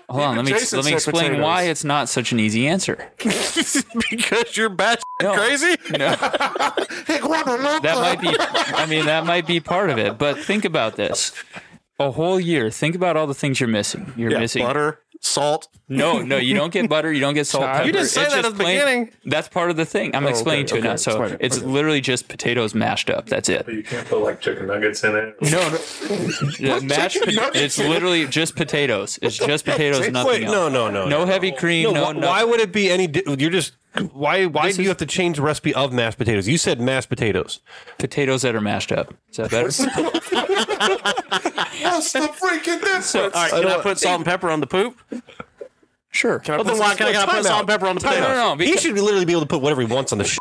Hold on, let me Jason let me said explain potatoes. why it's not such an easy answer. because you're batshit crazy. That might be, I mean, that might be part of it. But think about this: a whole year. Think about all the things you're missing. You're missing Butter, salt. No, no, you don't get butter. You don't get salt. Pepper. You didn't say It's that just at the beginning. That's part of the thing. I'm explaining to it Oh, okay. now. So Explain it. it's Okay. literally just potatoes mashed up. That's it. You can't put like chicken nuggets in it. No, no. mashed, chicken pot- nuggets it's literally just potatoes. It's just potatoes, nothing Wait, else. no, no, no, No heavy cream. No, No, why, no- why would it be any? Di- you're just why? Why do you have to change the recipe of mashed potatoes? You said mashed potatoes. potatoes that are mashed up. Is that better? What's the freaking difference? So, all All right, right. can I put salt and pepper on the poop? Sure. Well, then why can I put Time salt out. and pepper on the no, potato? no, no. He Because, should literally be able to put whatever he wants on the. Shit.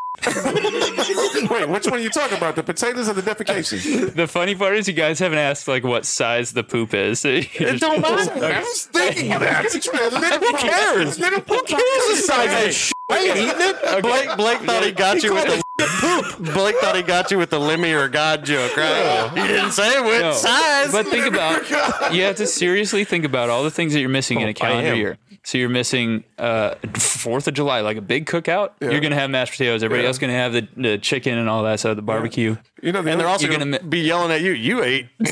Wait, which one are you talking about? The potatoes or the defecation? the funny part is you guys haven't asked like what size the poop is. It don't matter. I was thinking that. Who cares? Who cares the size Hey, I ain't eating it. Blake, Blake thought he got you with the poop. Blake thought he got you with the Lemmy or God joke, right? He didn't say what No. size. But think about you have to seriously think about all the things that you're missing in a calendar am. year. So you're missing uh, Fourth of July, like a big cookout. You're gonna have mashed potatoes. Everybody else gonna have the, the chicken and all that. So the barbecue. You know, the and they're other- also You're going gonna to be yelling at you. You ate. Who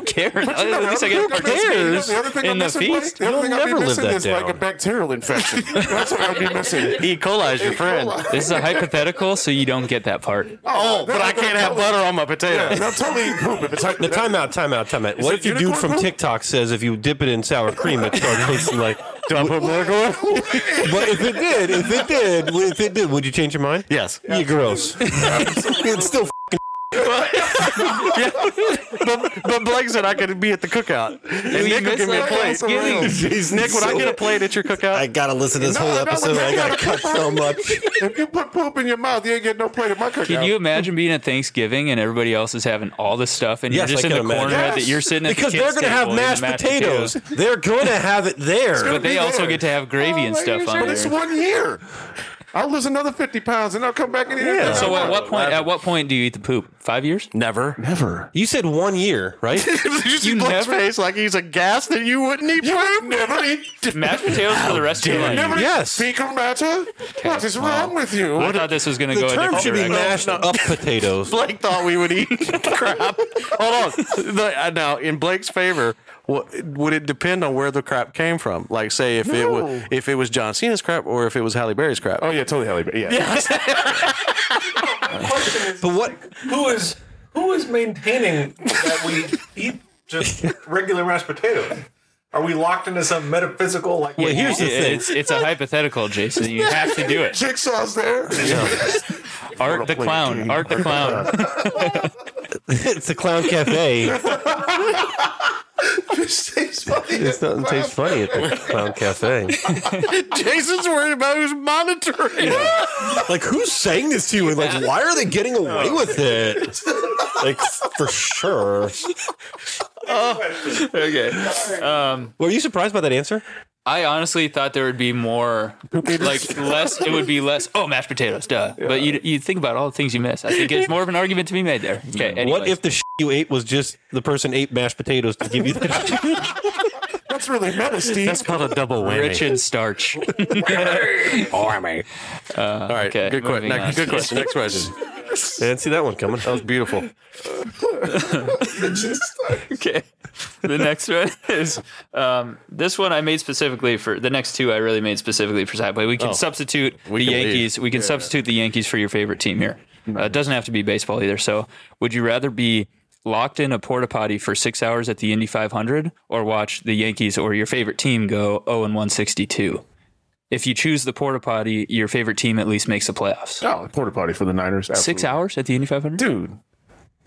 cares? At least I Who got to cares? participate You know, the other thing in I'm the missing, feast. Blake? The other thing I'll be never live missing that is like a down. bacterial infection. That's what I'll be missing. E. coli is your friend. This is a hypothetical, so you don't get that part. Oh, but I can't have butter on my potato. Now tell me, poop, if it's like The timeout, timeout, timeout. What it if your dude unicorn from poop? TikTok says if you dip it in sour cream, it starts tasting like? Do I put milk on? it? But if it did, if it did, if it did, would you change your mind? Yes. You gross. it's still But, but Blake said I could be at the cookout. And Nick would missed give me a out plate. on something else. Nick, would I get a plate at your cookout? I gotta listen to this whole episode. I gotta cut so much. If you put poop in your mouth, you ain't getting no plate at my cookout. Can you imagine being at Thanksgiving and everybody else is having all this stuff and Yes, you're just I in the can corner imagine. that you're sitting at because the they're kids' gonna have table eating mashed the potatoes. They're gonna have it there. But they be also there. Oh get to have gravy and stuff on But it's there. one year. I'll lose another fifty pounds and I'll come back and eat yeah. So at what point? At what point do you eat the poop? Five years? Never. Never. You said one year, right? you see Blake's face like he's aghast that you wouldn't eat You poop? never eat. Mashed potatoes for the rest of your life. Never Yes. eat fecal matter. What is wrong with you? I thought this was going to go The a term different should be direction. mashed up potatoes. Blake thought we would eat crap. Hold on. The, uh, now, in Blake's favor, Well, would it depend on where the crap came from? Like, say if it was No. if it was John Cena's crap or if it was Halle Berry's crap. Oh yeah, totally Halle Berry. Yeah. But what? Who is who is maintaining that we eat just regular mashed potatoes? Are we locked into some metaphysical like? Well, here's the thing. It's, it's a hypothetical, Jason. You have to do it. Jigsaw's there. Art the clown. Art the clown. it's the clown cafe. Just tastes funny. It's nothing tastes funny at the clown cafe. Jason's worried about who's monitoring. Like who's saying this to you? And like, why are they getting away with it? Like for sure. okay. Were you surprised by that answer? I honestly thought there would be more, like less. It would be less. Oh, mashed potatoes, duh. But you you think about all the things you miss. I think there's more of an argument to be made there. Okay. What if the shit you ate was just the person ate mashed potatoes to give you that? shit? That's really meta, Steve. That's called a double whammy. rich in starch? Uh, All right, okay, good, moving question. on. good question. Next question. Didn't see that one coming. That was beautiful. okay. The next one is um, this one I made specifically for the next two. I really made specifically for Sideway. We can substitute Oh. We the can leave. Yankees. We can substitute the Yankees for your favorite team here. Uh, it doesn't have to be baseball either. So, would you rather be locked in a porta potty for six hours at the Indy 500, or watch the Yankees or your favorite team go 0 and 162? If you choose the porta potty, your favorite team at least makes the playoffs. Oh, porta potty for the Niners. Absolutely. Six hours at the Indy 500. dude.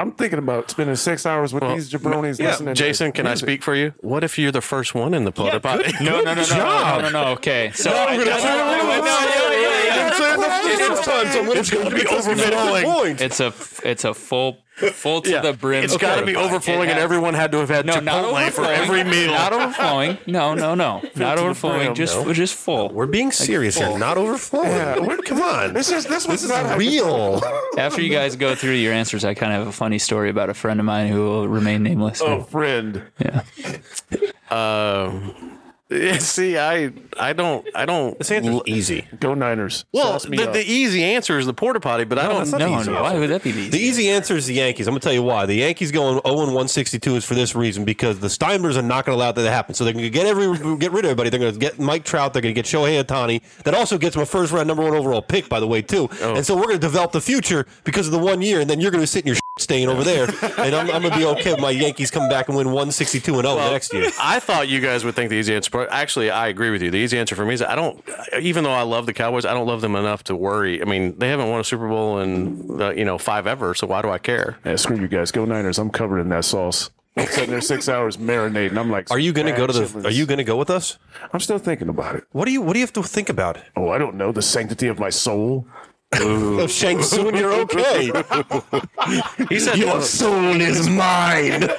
I'm thinking about spending six hours with these jabronis listening. to Jason, can I music. speak for you? What if you're the first one in the porta potty? No, no, no, no, no, no, no, no. Okay, so I- that's what I went- no, yeah, yeah, yeah. It's going to be overflowing. It's a it's a full full to the brim. It's got to Chipotle. be overflowing, It and has- everyone had to have had no, not Chipotle for overflowing. every meal. Not overflowing. No, no, no. Not overflowing. brim, Just just full. We're being serious here, not overflowing. Yeah, we're- Come on. This is this was This is not real. After you guys go through your answers, I kind of have a funny story about a friend of mine who will remain nameless. a friend. Yeah. Yeah, See, I, I don't, I don't. answer's easy. Go Niners. Well, Sauce me the, up. the easy answer is the porta potty, but I don't. No, easy. no. Why would that be the The easy? easy answer is the Yankees. I'm going to tell you why. The Yankees going 0 162 is for this reason because the Steinbrenner's are not going to allow that to happen. So they're going to get every get rid of everybody. They're going to get Mike Trout. They're going to get Shohei Otani. That also gets them a first round number one overall pick, by the way, too. And so we're going to develop the future because of the one year, and then you're going to sit in your staying over there, and I'm, I'm going to be okay with my Yankees come back and win 162 and 0 the next year. I thought you guys would think the easy answer, but actually, I agree with you. The easy answer for me is I don't. Even though I love the Cowboys, I don't love them enough to worry. I mean, they haven't won a Super Bowl in uh, you know five ever, so why do I care? yeah, screw you guys. Go Niners. I'm covered in that sauce. I'm sitting there six hours marinating. I'm like, Are you going to "Man, go to chitlins." the? Are you going to go with us? I'm still thinking about it. What do you What do you have to think about? Oh, I don't know the sanctity of my soul. Oh, Shang Soon, you're okay. He said no. soul is mine.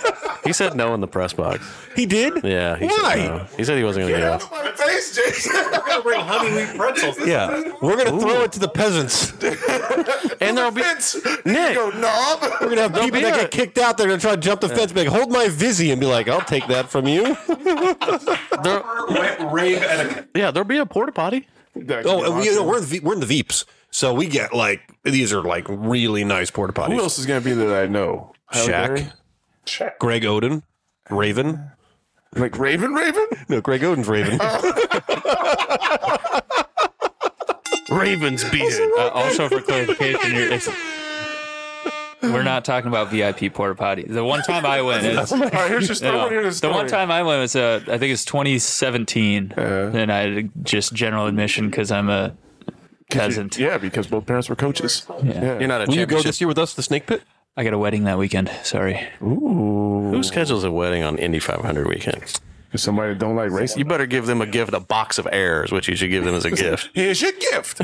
He said no in the press box. He did. Yeah. He Why? Said no. He said he wasn't going to go. my face, Jason. We're gonna bring honey wheat pretzels. Yeah, we're gonna throw it to the peasants. And there'll be Nick. We're gonna have people that get kicked out. They're gonna try to jump the fence, be like, "Hold my vizzy," and be like, "I'll take that from you." Wet rave etiquette. Yeah, there'll be a porta potty. oh, and we, you know, we're in the, we're in the Veeps, so we get like these are like really nice porta potties. Who else is going to be there that I know? Halle Berry? Shaq, Greg Oden, Raven. Like Raven, Raven? No, Greg Oden's Raven. Ravens beat it. Uh, also, for clarification, you're, it's, we're not talking about VIP porta potty. The one time I went is. All right, here's your story. No, Here's your Oh, the story. one time I went was, uh, I think it's 2017, and I had just general admission because I'm a peasant. Yeah, because both parents were coaches. Yeah. You're not a Will you go championship. this year with us, to the Snake Pit? I got a wedding that weekend. Sorry. Who schedules a wedding on Indy 500 weekend? Somebody that don't like racing. You better give them a gift, a box of airs, which you should give them as a gift. Here's your gift.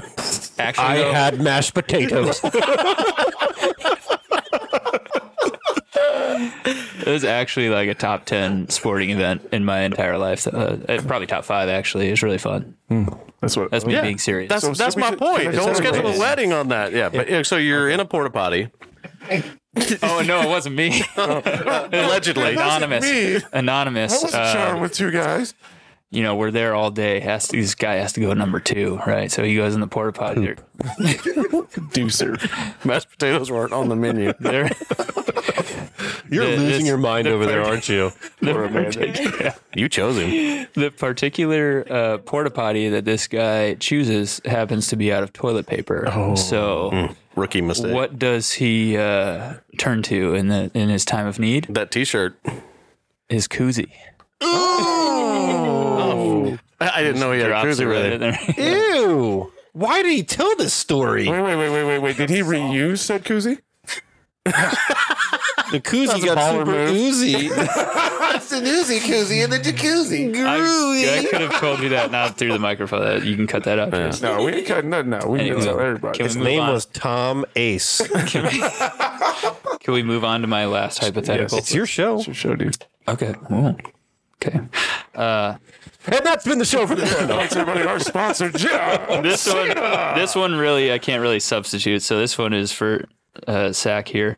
Actually, I though- had mashed potatoes. It was actually like a top 10 sporting event in my entire life. Uh, uh, probably top five, actually. It was really fun. That's what. That's me being serious. That's So that's we my should- point. should I Don't celebrate schedule a it? wedding on that. Yeah, but yeah, so you're in a porta potty, oh, no, it wasn't me. allegedly. Anonymous. me. I Anonymous. was Uh, charmed with two guys. you know, we're there all day. Has to, this guy has to go number two, right? So he goes in the porta potty. They're, Deucer. Mashed potatoes weren't on the menu. they're, You're The- losing this- your mind the over there, part- aren't you? You chose him. the particular uh, porta potty that this guy chooses happens to be out of toilet paper. Oh. So, Rookie mistake. what does he uh, turn to in the in his time of need? That T-shirt. His koozie. I I didn't know he had a Drops it koozie right in with it. there. Ew. Why did he tell this story? Wait, wait, wait, wait, wait, wait. Did he reuse said koozie? The koozie got super oozy. It's an Uzi koozie in the jacuzzi. I, I could have told you that not through the microphone. That you can cut that out. Jason. No, we ain't cutting nothing out. We can Anyway, tell everybody. can we His move name on? was Tom Ace. Can we move on to my last hypothetical? It's your show. It's your show, dude. Okay. Whoa. Okay. And that's been the show for this one. Thanks, everybody. Our sponsor, John. This one, this one really, I can't really substitute. So this one is for uh, Sack here.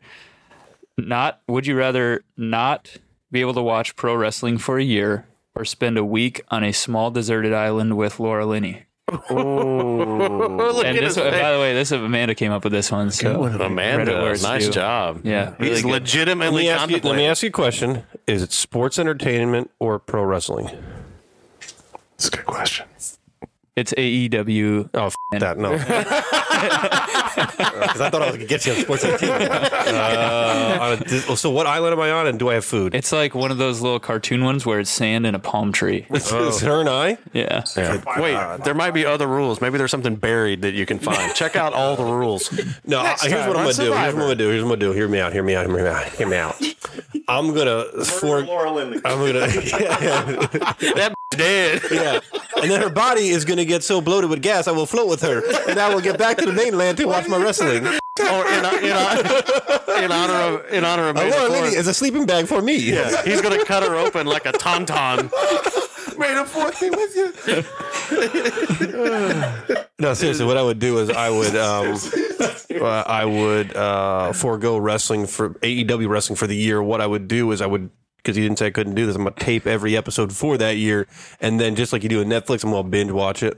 Not would you rather not be able to watch pro wrestling for a year or spend a week on a small deserted island with Laura Linney? and this, one- by the way, this Amanda came up with this one. So Reddit Amanda, words nice do. job. Yeah, he's really good. Let legitimately me, ask you, let me contemplating. ask you a question. Is it sports entertainment or pro wrestling? That's a good question. it's E AEW. Oh, f- that. No. Because I thought I was going to get you on sports entertainment. Uh, on a dis- so what island am I on and do I have food? It's like one of those little cartoon ones where it's sand and a palm tree. It's her and I. Yeah. Wait, there might be other rules. Maybe there's something buried that you can find. Check out all the rules. No, I- here's what I'm gonna do. Here's what I'm gonna do. Here's what I'm gonna do. Hear me out. Hear me out. Hear me out. Hear me out. I'm gonna for Laura Lindley. I'm gonna yeah, That dead. yeah. and then her body is gonna get so bloated with gas, I will float with her, and I will get back to the mainland to watch my wrestling. Or in, in, in honor of in honor of A Amanda Laura Flores. Linney is a sleeping bag for me. Yeah, he's gonna cut her open like a tauntaun. No, seriously, what I would do is I would um, uh, I would uh, forego wrestling for AEW wrestling for the year. What I would do is I would because you didn't say I couldn't do this. I'm gonna tape every episode for that year, and then just like you do in Netflix, I'm gonna binge watch it.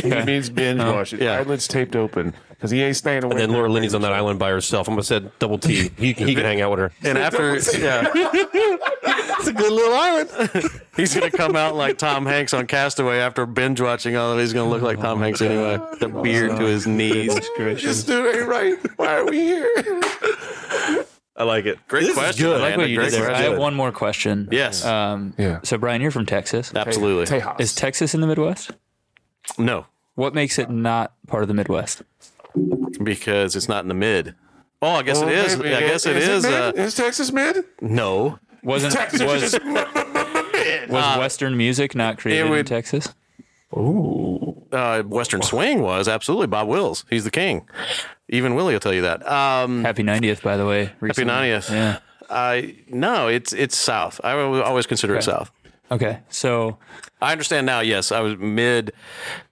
He means binge wash. His eyelids taped open because he ain't staying away. And then Laura Linney's on that island by herself. I'm gonna say double T. He, he can hang out with her. And after yeah, It's a good little island. he's gonna come out like Tom Hanks on Castaway after binge watching all of it. He's gonna look like Tom Hanks anyway. The beard to his knees. This dude ain't right. Why are we here? I like it. Great This is question, good. I like what you did Great there. I have question. one more question. Yes. Um, Yeah. So Brian, you're from Texas. Absolutely. Tejas. Is Texas in the Midwest? No, What makes it not part of the Midwest? because it's not in the mid. Oh, I guess it is. Maybe I guess it is. mid? uh, is Texas mid? no, Wasn't Texas was is mid. was Western music not created in would- Texas? uh, Western Swing was absolutely Bob Wills. He's the king. Even Willie will tell you that. Um, Happy 90th, by the way. Happy recently. 90th. Yeah. I no, it's it's South. I will always consider it South. Okay. So I understand now. Yes, I was mid.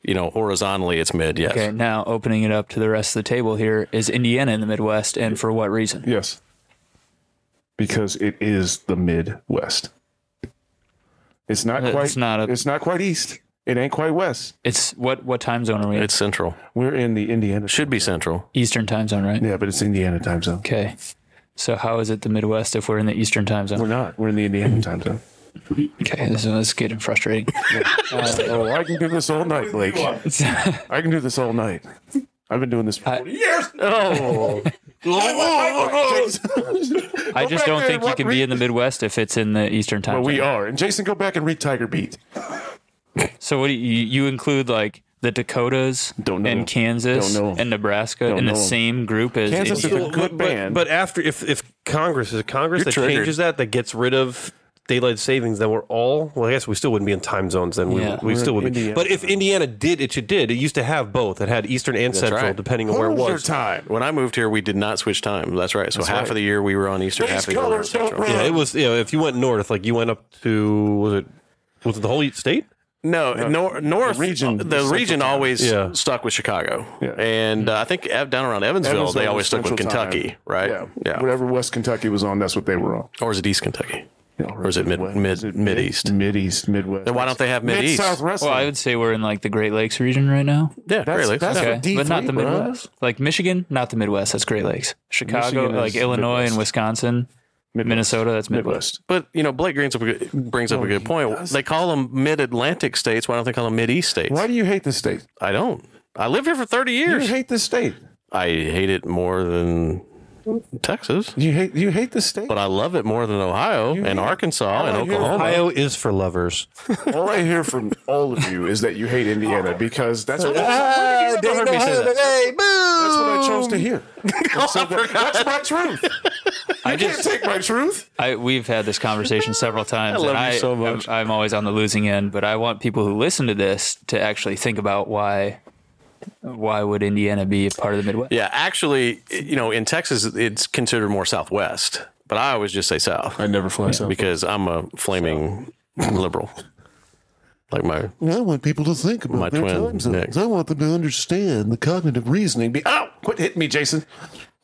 You know, horizontally, it's mid. Yes. okay, now opening it up to the rest of the table here is Indiana in the Midwest, and for what reason? Yes. Because it is the Midwest. It's not It's quite. not a- it's not quite east. It ain't quite west. It's what what time zone are we? in? It's central. We're in the Indiana. Should be central. Eastern time zone, right? Yeah, but it's Indiana time zone. Okay. So how is it the Midwest if we're in the Eastern time We're zone? not. We're in the Indiana time zone. Okay, this is getting frustrating. Oh, I can do this all night, Blake. I can do this all night. I've been doing this for 40 years. I just back don't there think and you what can be in the Midwest if it's in the Eastern time But zone. we are. And Jason, go back and read Tiger Beat. So what do you, you include like the Dakotas Don't know. and Kansas Don't know. and Nebraska Don't in the know. same group as Kansas is Indi- a good band. But after, if if Congress is it Congress that triggered. changes that, that gets rid of daylight savings, then we're all. Well, I guess we still wouldn't be in time zones. Then we, Yeah. we We're still in would be. Indiana. But if Indiana did, it should did. It used to have both. It had Eastern and Central, right. depending on where it Colors are was. time. When I moved here, we did not switch time. That's right. So half right. of the year we were on Eastern, half These of the year we were on colors don't Central. run. Yeah, it was. You know, if you went north, like you went up to was it was it the whole state? No, nor, north region region. The is region always Yeah. stuck with Chicago, Yeah. and uh, I think ev- down around Evansville, Evansville they always is stuck with Central Time. Kentucky, right? Yeah. Whatever West Kentucky was on, that's what they were on. Or is it East Kentucky? Yeah, Or is it mid Midwest. Is mid it mid East? Mid East, Midwest. Then why don't they have mid East? South Wrestling? Well, I would say we're in like the Great Lakes region right now. Yeah, That's- Great Lakes. that's- Yeah. Okay, D3, but not the bro. Midwest. Like Michigan, not the Midwest. That's Great Lakes. Chicago, Michigan is like Illinois Midwest. and Wisconsin, Minnesota, that's Midwest. Midwest. But you know, Blake brings up a good, brings up a good point. They call them mid-Atlantic states. Why don't they call them mid-East states? Why do you hate this state? I don't. I live here for thirty You years. hate this state. I hate it more than Texas, You hate you hate this state. but I love it more than Ohio and Arkansas and I hear Oklahoma. Ohio is for lovers. all I hear from all of you is that you hate Indiana because that's what, I've never heard me say that. that's what Oh, I chose to hear. And so that- that's my truth. I You can't just, take my truth. I, we've had this conversation several times. I love and you so much. I'm, I'm always on the losing end, but I want people who listen to this to actually think about why, why would Indiana be a part of the Midwest? Yeah, actually, you know, in Texas, it's considered more Southwest, but I always just say South I never fly south. because I'm a flaming liberal. Like my I want people to think about My their twin, time zones. Nick. I want them to understand the cognitive reasoning. Be- oh, quit hitting me, Jason.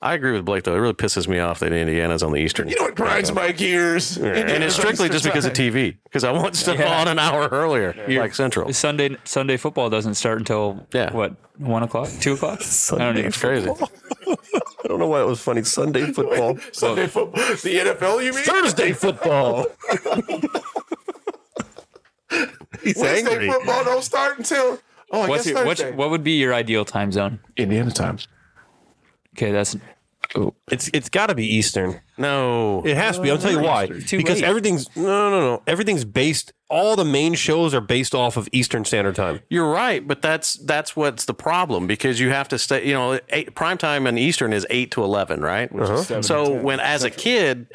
I agree with Blake though. It really pisses me off that Indiana's on the eastern. You know what grinds my gears? and it's strictly just because of TV, because I want stuff on an hour earlier, like Central. Sunday Sunday football doesn't start until Yeah. what one o'clock, two o'clock. I don't even. It's crazy. I don't know why it was funny. Sunday football. Sunday football. The NFL, you mean? Thursday football. He's Wednesday angry. football don't start until oh, I What's guess your, what's, Thursday. what would be your ideal time zone? Indiana time. Okay, that's It's it's got to be Eastern. No, It has to be. I'll tell you why. Too because late. everything's no, no, no. Everything's based. All the main shows are based off of Eastern Standard Time. you're right, but that's that's what's the problem because you have to stay. You know, eight, prime time in Eastern is eight to eleven, right? So when as a kid,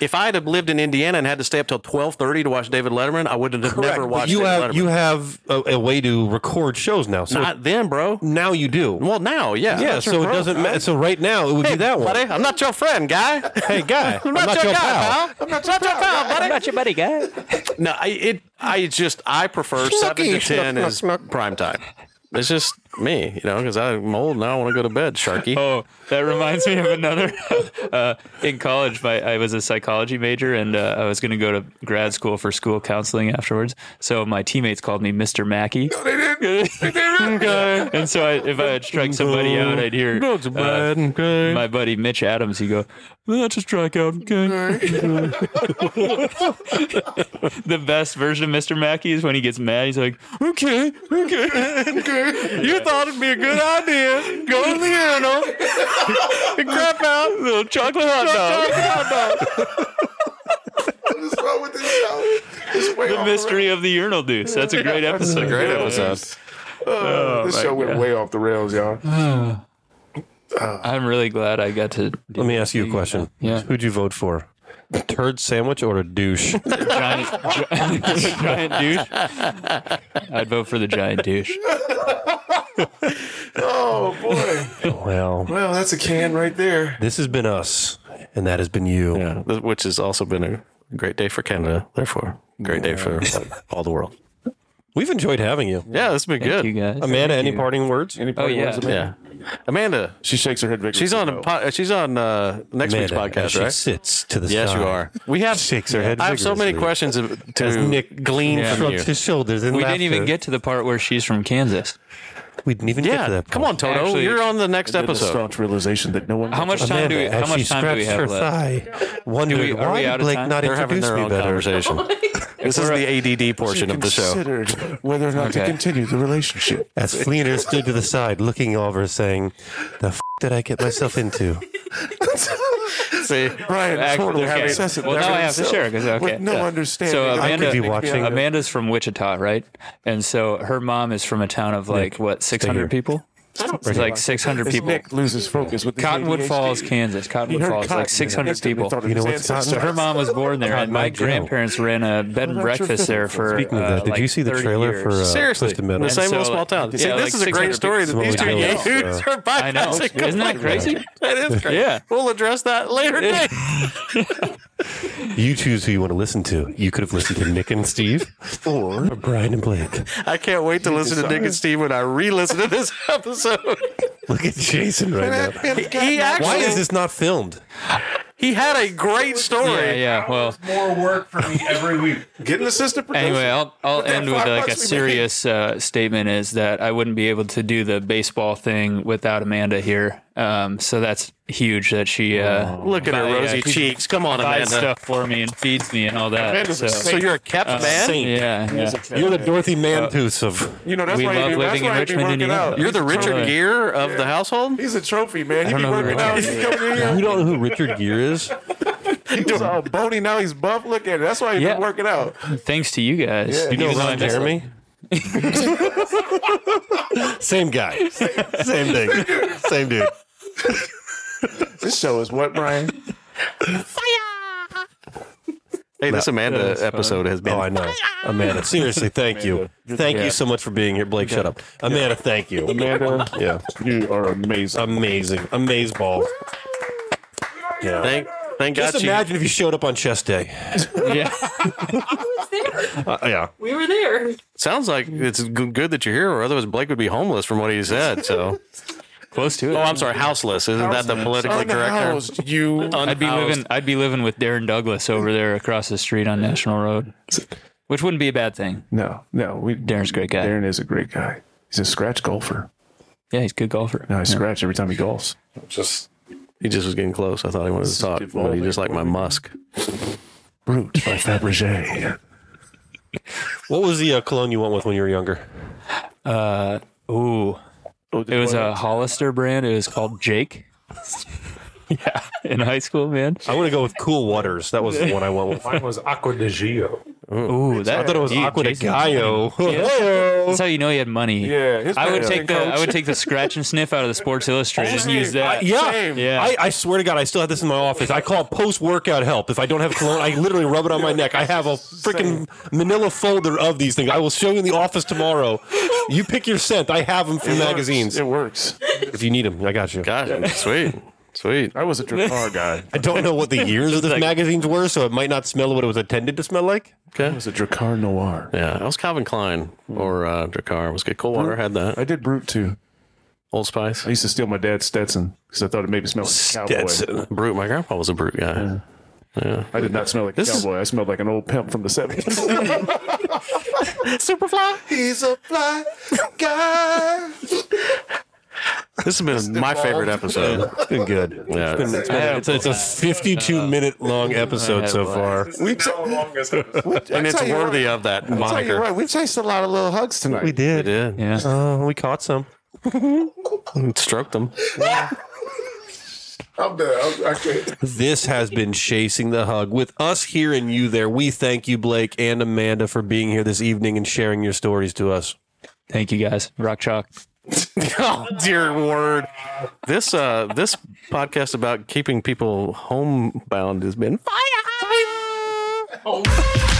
if I'd have lived in Indiana and had to stay up till twelve thirty to watch David Letterman, I would have never But watched you David have Letterman. you have a, a way to record shows now. So Not then, bro. now you do. Well, now, yeah, yeah. So it doesn't matter. So right now it would be that one. Buddy, I'm not your friend, guy. Hey guy, I'm not, your, pal. I'm not your pal, buddy. Not your buddy, guy. No, I it I just I prefer seven to ten is prime time. It's just me, you know, because I'm old now. I want to go to bed, Sharky. Oh, that reminds me of another. uh, in college, my, I was a psychology major, and uh, I was going to go to grad school for school counseling afterwards. So my teammates called me Mr. Mackey. and so I, if I had struck somebody out, I'd hear uh, my buddy Mitch Adams. He go, "Well, "That's a strikeout." Okay. the best version of Mr. Mackey is when he gets mad. He's like, "Okay, okay, okay. You thought it'd be a good idea. Go to the urinal and crap out little chocolate hot dog." What is wrong with this show? It's way The off mystery of the urinal deuce. That's a great episode. Great episode. rails. Oh, this show went way off the rails, y'all. I'm really glad I got to do Let me ask you a question. Yeah. Who'd you vote for? A turd sandwich or a douche? giant, giant, giant douche. I'd vote for the giant douche. Oh boy. well, well, that's a can right there. this has been us, and that has been you. Yeah, th- which has also been a great day for Canada. Therefore, great day for uh, all the world. We've enjoyed having you, Yeah, this has been Thank good. you guys. Amanda. Thank Any you. parting words? Any Oh parting yeah. words about- Yeah, Amanda, She shakes her head vigorously. she's on a po- uh, she's on uh, next week's Amanda, as podcast, she right? sits to the Yes, side. you are. We have Shakes her head I have so many vigorously. questions of- As to Nick glean Yeah. from shrugs you. his shoulders and We laughter. didn't even get to the part where she's from Kansas. We didn't even get to Yeah, that. come on, Toto. Actually- you're on the next Then the episode. staunch realization that no one. How much time do we? How as she much time do we scratched her have left? thigh, wondering we- are why we out did of Blake time? not They're having introduce their me own better. conversation. this is the ADD portion of the show. Considered whether or not to Okay. continue the relationship. As Fleener stood to the side, looking over, saying, "The f- did I get myself into?" See, Brian Actually, totally okay. obsessed Well, now I have to share 'cause, okay. With no Yeah. understanding. So, I could Amanda- be Be watching. behind- Amanda's from Wichita, right? And so her mom is from a town of like what, six here. hundred people? It's like six hundred As people. Nick loses focus with the Cottonwood ADHD. Falls, Kansas. Cottonwood He heard Falls, cotton like six and hundred instantly people. thought it You know was what's cotton? ancestors. Her mom was born there, and my Mount Joe. grandparents ran a bed and Well, that's your breakfast there fifth for. Speaking of that, uh, did like you see the 30 trailer for years. uh, seriously, Twisted the Metal? same so, little small like- town. yeah, See, like this is a 600 great story that people. these two Small young towns, dudes are by I know. bicycle. Isn't that crazy? That is crazy. Yeah. We'll address that later today. You choose who you want to listen to. You could have listened to Nick and Steve, or Brian and Blake. I can't wait to listen to Nick and Steve when I re-listen to this episode. Look at Jason right now. he Why is actually this not filmed? he had a great story. Yeah, yeah. Well, More work for me every week. Get an assistant producer. Anyway, I'll, I'll that end with five like a bucks we serious uh, statement is that I wouldn't be able to do the baseball thing without Amanda here. Uh, Um, so that's huge that she uh, Oh. Look at her buy, uh, rosy she cheeks. Come on, buys Amanda. stuff Uh, for me and feeds me and all that. Amanda's a So, saint. So you're a kept man. yeah, Uh, yeah. You're the Dorothy Mantooth of. You know, that's We why you love do, living that's in why Richmond, he be working Indiana. out. You're the Richard Totally. Gere of the household. He's a trophy, man. He I don't be know who working out. He's coming in here. You don't know who Richard Gere is? He was all bony. Now he's buff. Look at it. That's why he's Yeah. been working out. Thanks to you guys. You know Even though I Ron missed it. Jeremy? Same guy. Same thing. Same dude. This show is what, Brian? Hey, this Amanda that's fun. episode has been. Oh, I know. Amanda, seriously, thank you. Thank you so much for being here. Blake, shut up. Amanda, thank you. Amanda, Yeah. you are amazing. Amazing. Amaze balls. Yeah. Thank, thank God. Just she- imagine if you showed up on chest day. Yeah. Uh, yeah. We were there. Sounds like it's g- good that you're here, or otherwise Blake would be homeless from what he said. So, Close to it. oh, I'm sorry, houseless. Isn't that the politically correct term? Unhoused, you. I'd be living. I'd be living with Darren Douglas over there across the street on National Road, which wouldn't be a bad thing. No, no. We, Darren's a great guy. Darren is a great guy. He's a scratch golfer. Yeah, he's a good golfer. No, I scratch every time he golfs. Just He just was getting close. I thought he wanted to talk, but he just like my musk. brute by Fabergé. What was the uh, cologne you went with when you were younger? Ooh, Oh, it was a Hollister brand. It was called Jake. yeah, in high school, man. I want to go with Cool Waters. That was the one I went with. Mine was Aqua de Gio. Ooh, that I thought it was dude, Aqua de Jason- Gallo. Heyo. That's how you know he had money. Yeah, his I would parents take the didn't I would coach. take the scratch and sniff out of the Sports Illustrated and use that. Yeah. Same. Yeah. I, I swear to God, I still have this in my office. I call post workout help. If I don't have cologne, I literally rub it on my neck. I have a freaking manila folder of these things. I will show you in the office tomorrow. You pick your scent. I have them from magazines. It works. If you need them, I got you. Gosh, sweet, sweet. I was a Dracar guy. I don't know what the years of the magazines were, so it might not smell what it was intended to smell like. I was a Dracar Noir. Yeah, I was Calvin Klein or uh, Dracar. Was good. Cool water had that. I did brute too. Old Spice. I used to steal my dad's Stetson because I thought it made me smell like a cowboy. Stetson. Brute. My grandpa was a brute guy. I did not smell like a This is- cowboy. I smelled like an old pimp from the 70s. He's a fly guy. This has been my favorite episode. It's been good. Yeah, it's- It's, it's a 52 minute long episode so far. We now longest episode. and it's tell you worthy of that I'll tell you moniker. what, we chased a lot of little hugs tonight. We It did. did. Yeah. Uh, we caught some. Stroked them. I'm done. I'm, I can't. This has been Chasing the Hug with us here and you there. We thank you, Blake and Amanda, for being here this evening and sharing your stories to us. Thank you guys. Rock chalk. Oh dear word! This uh, this podcast about keeping people homebound has been fire.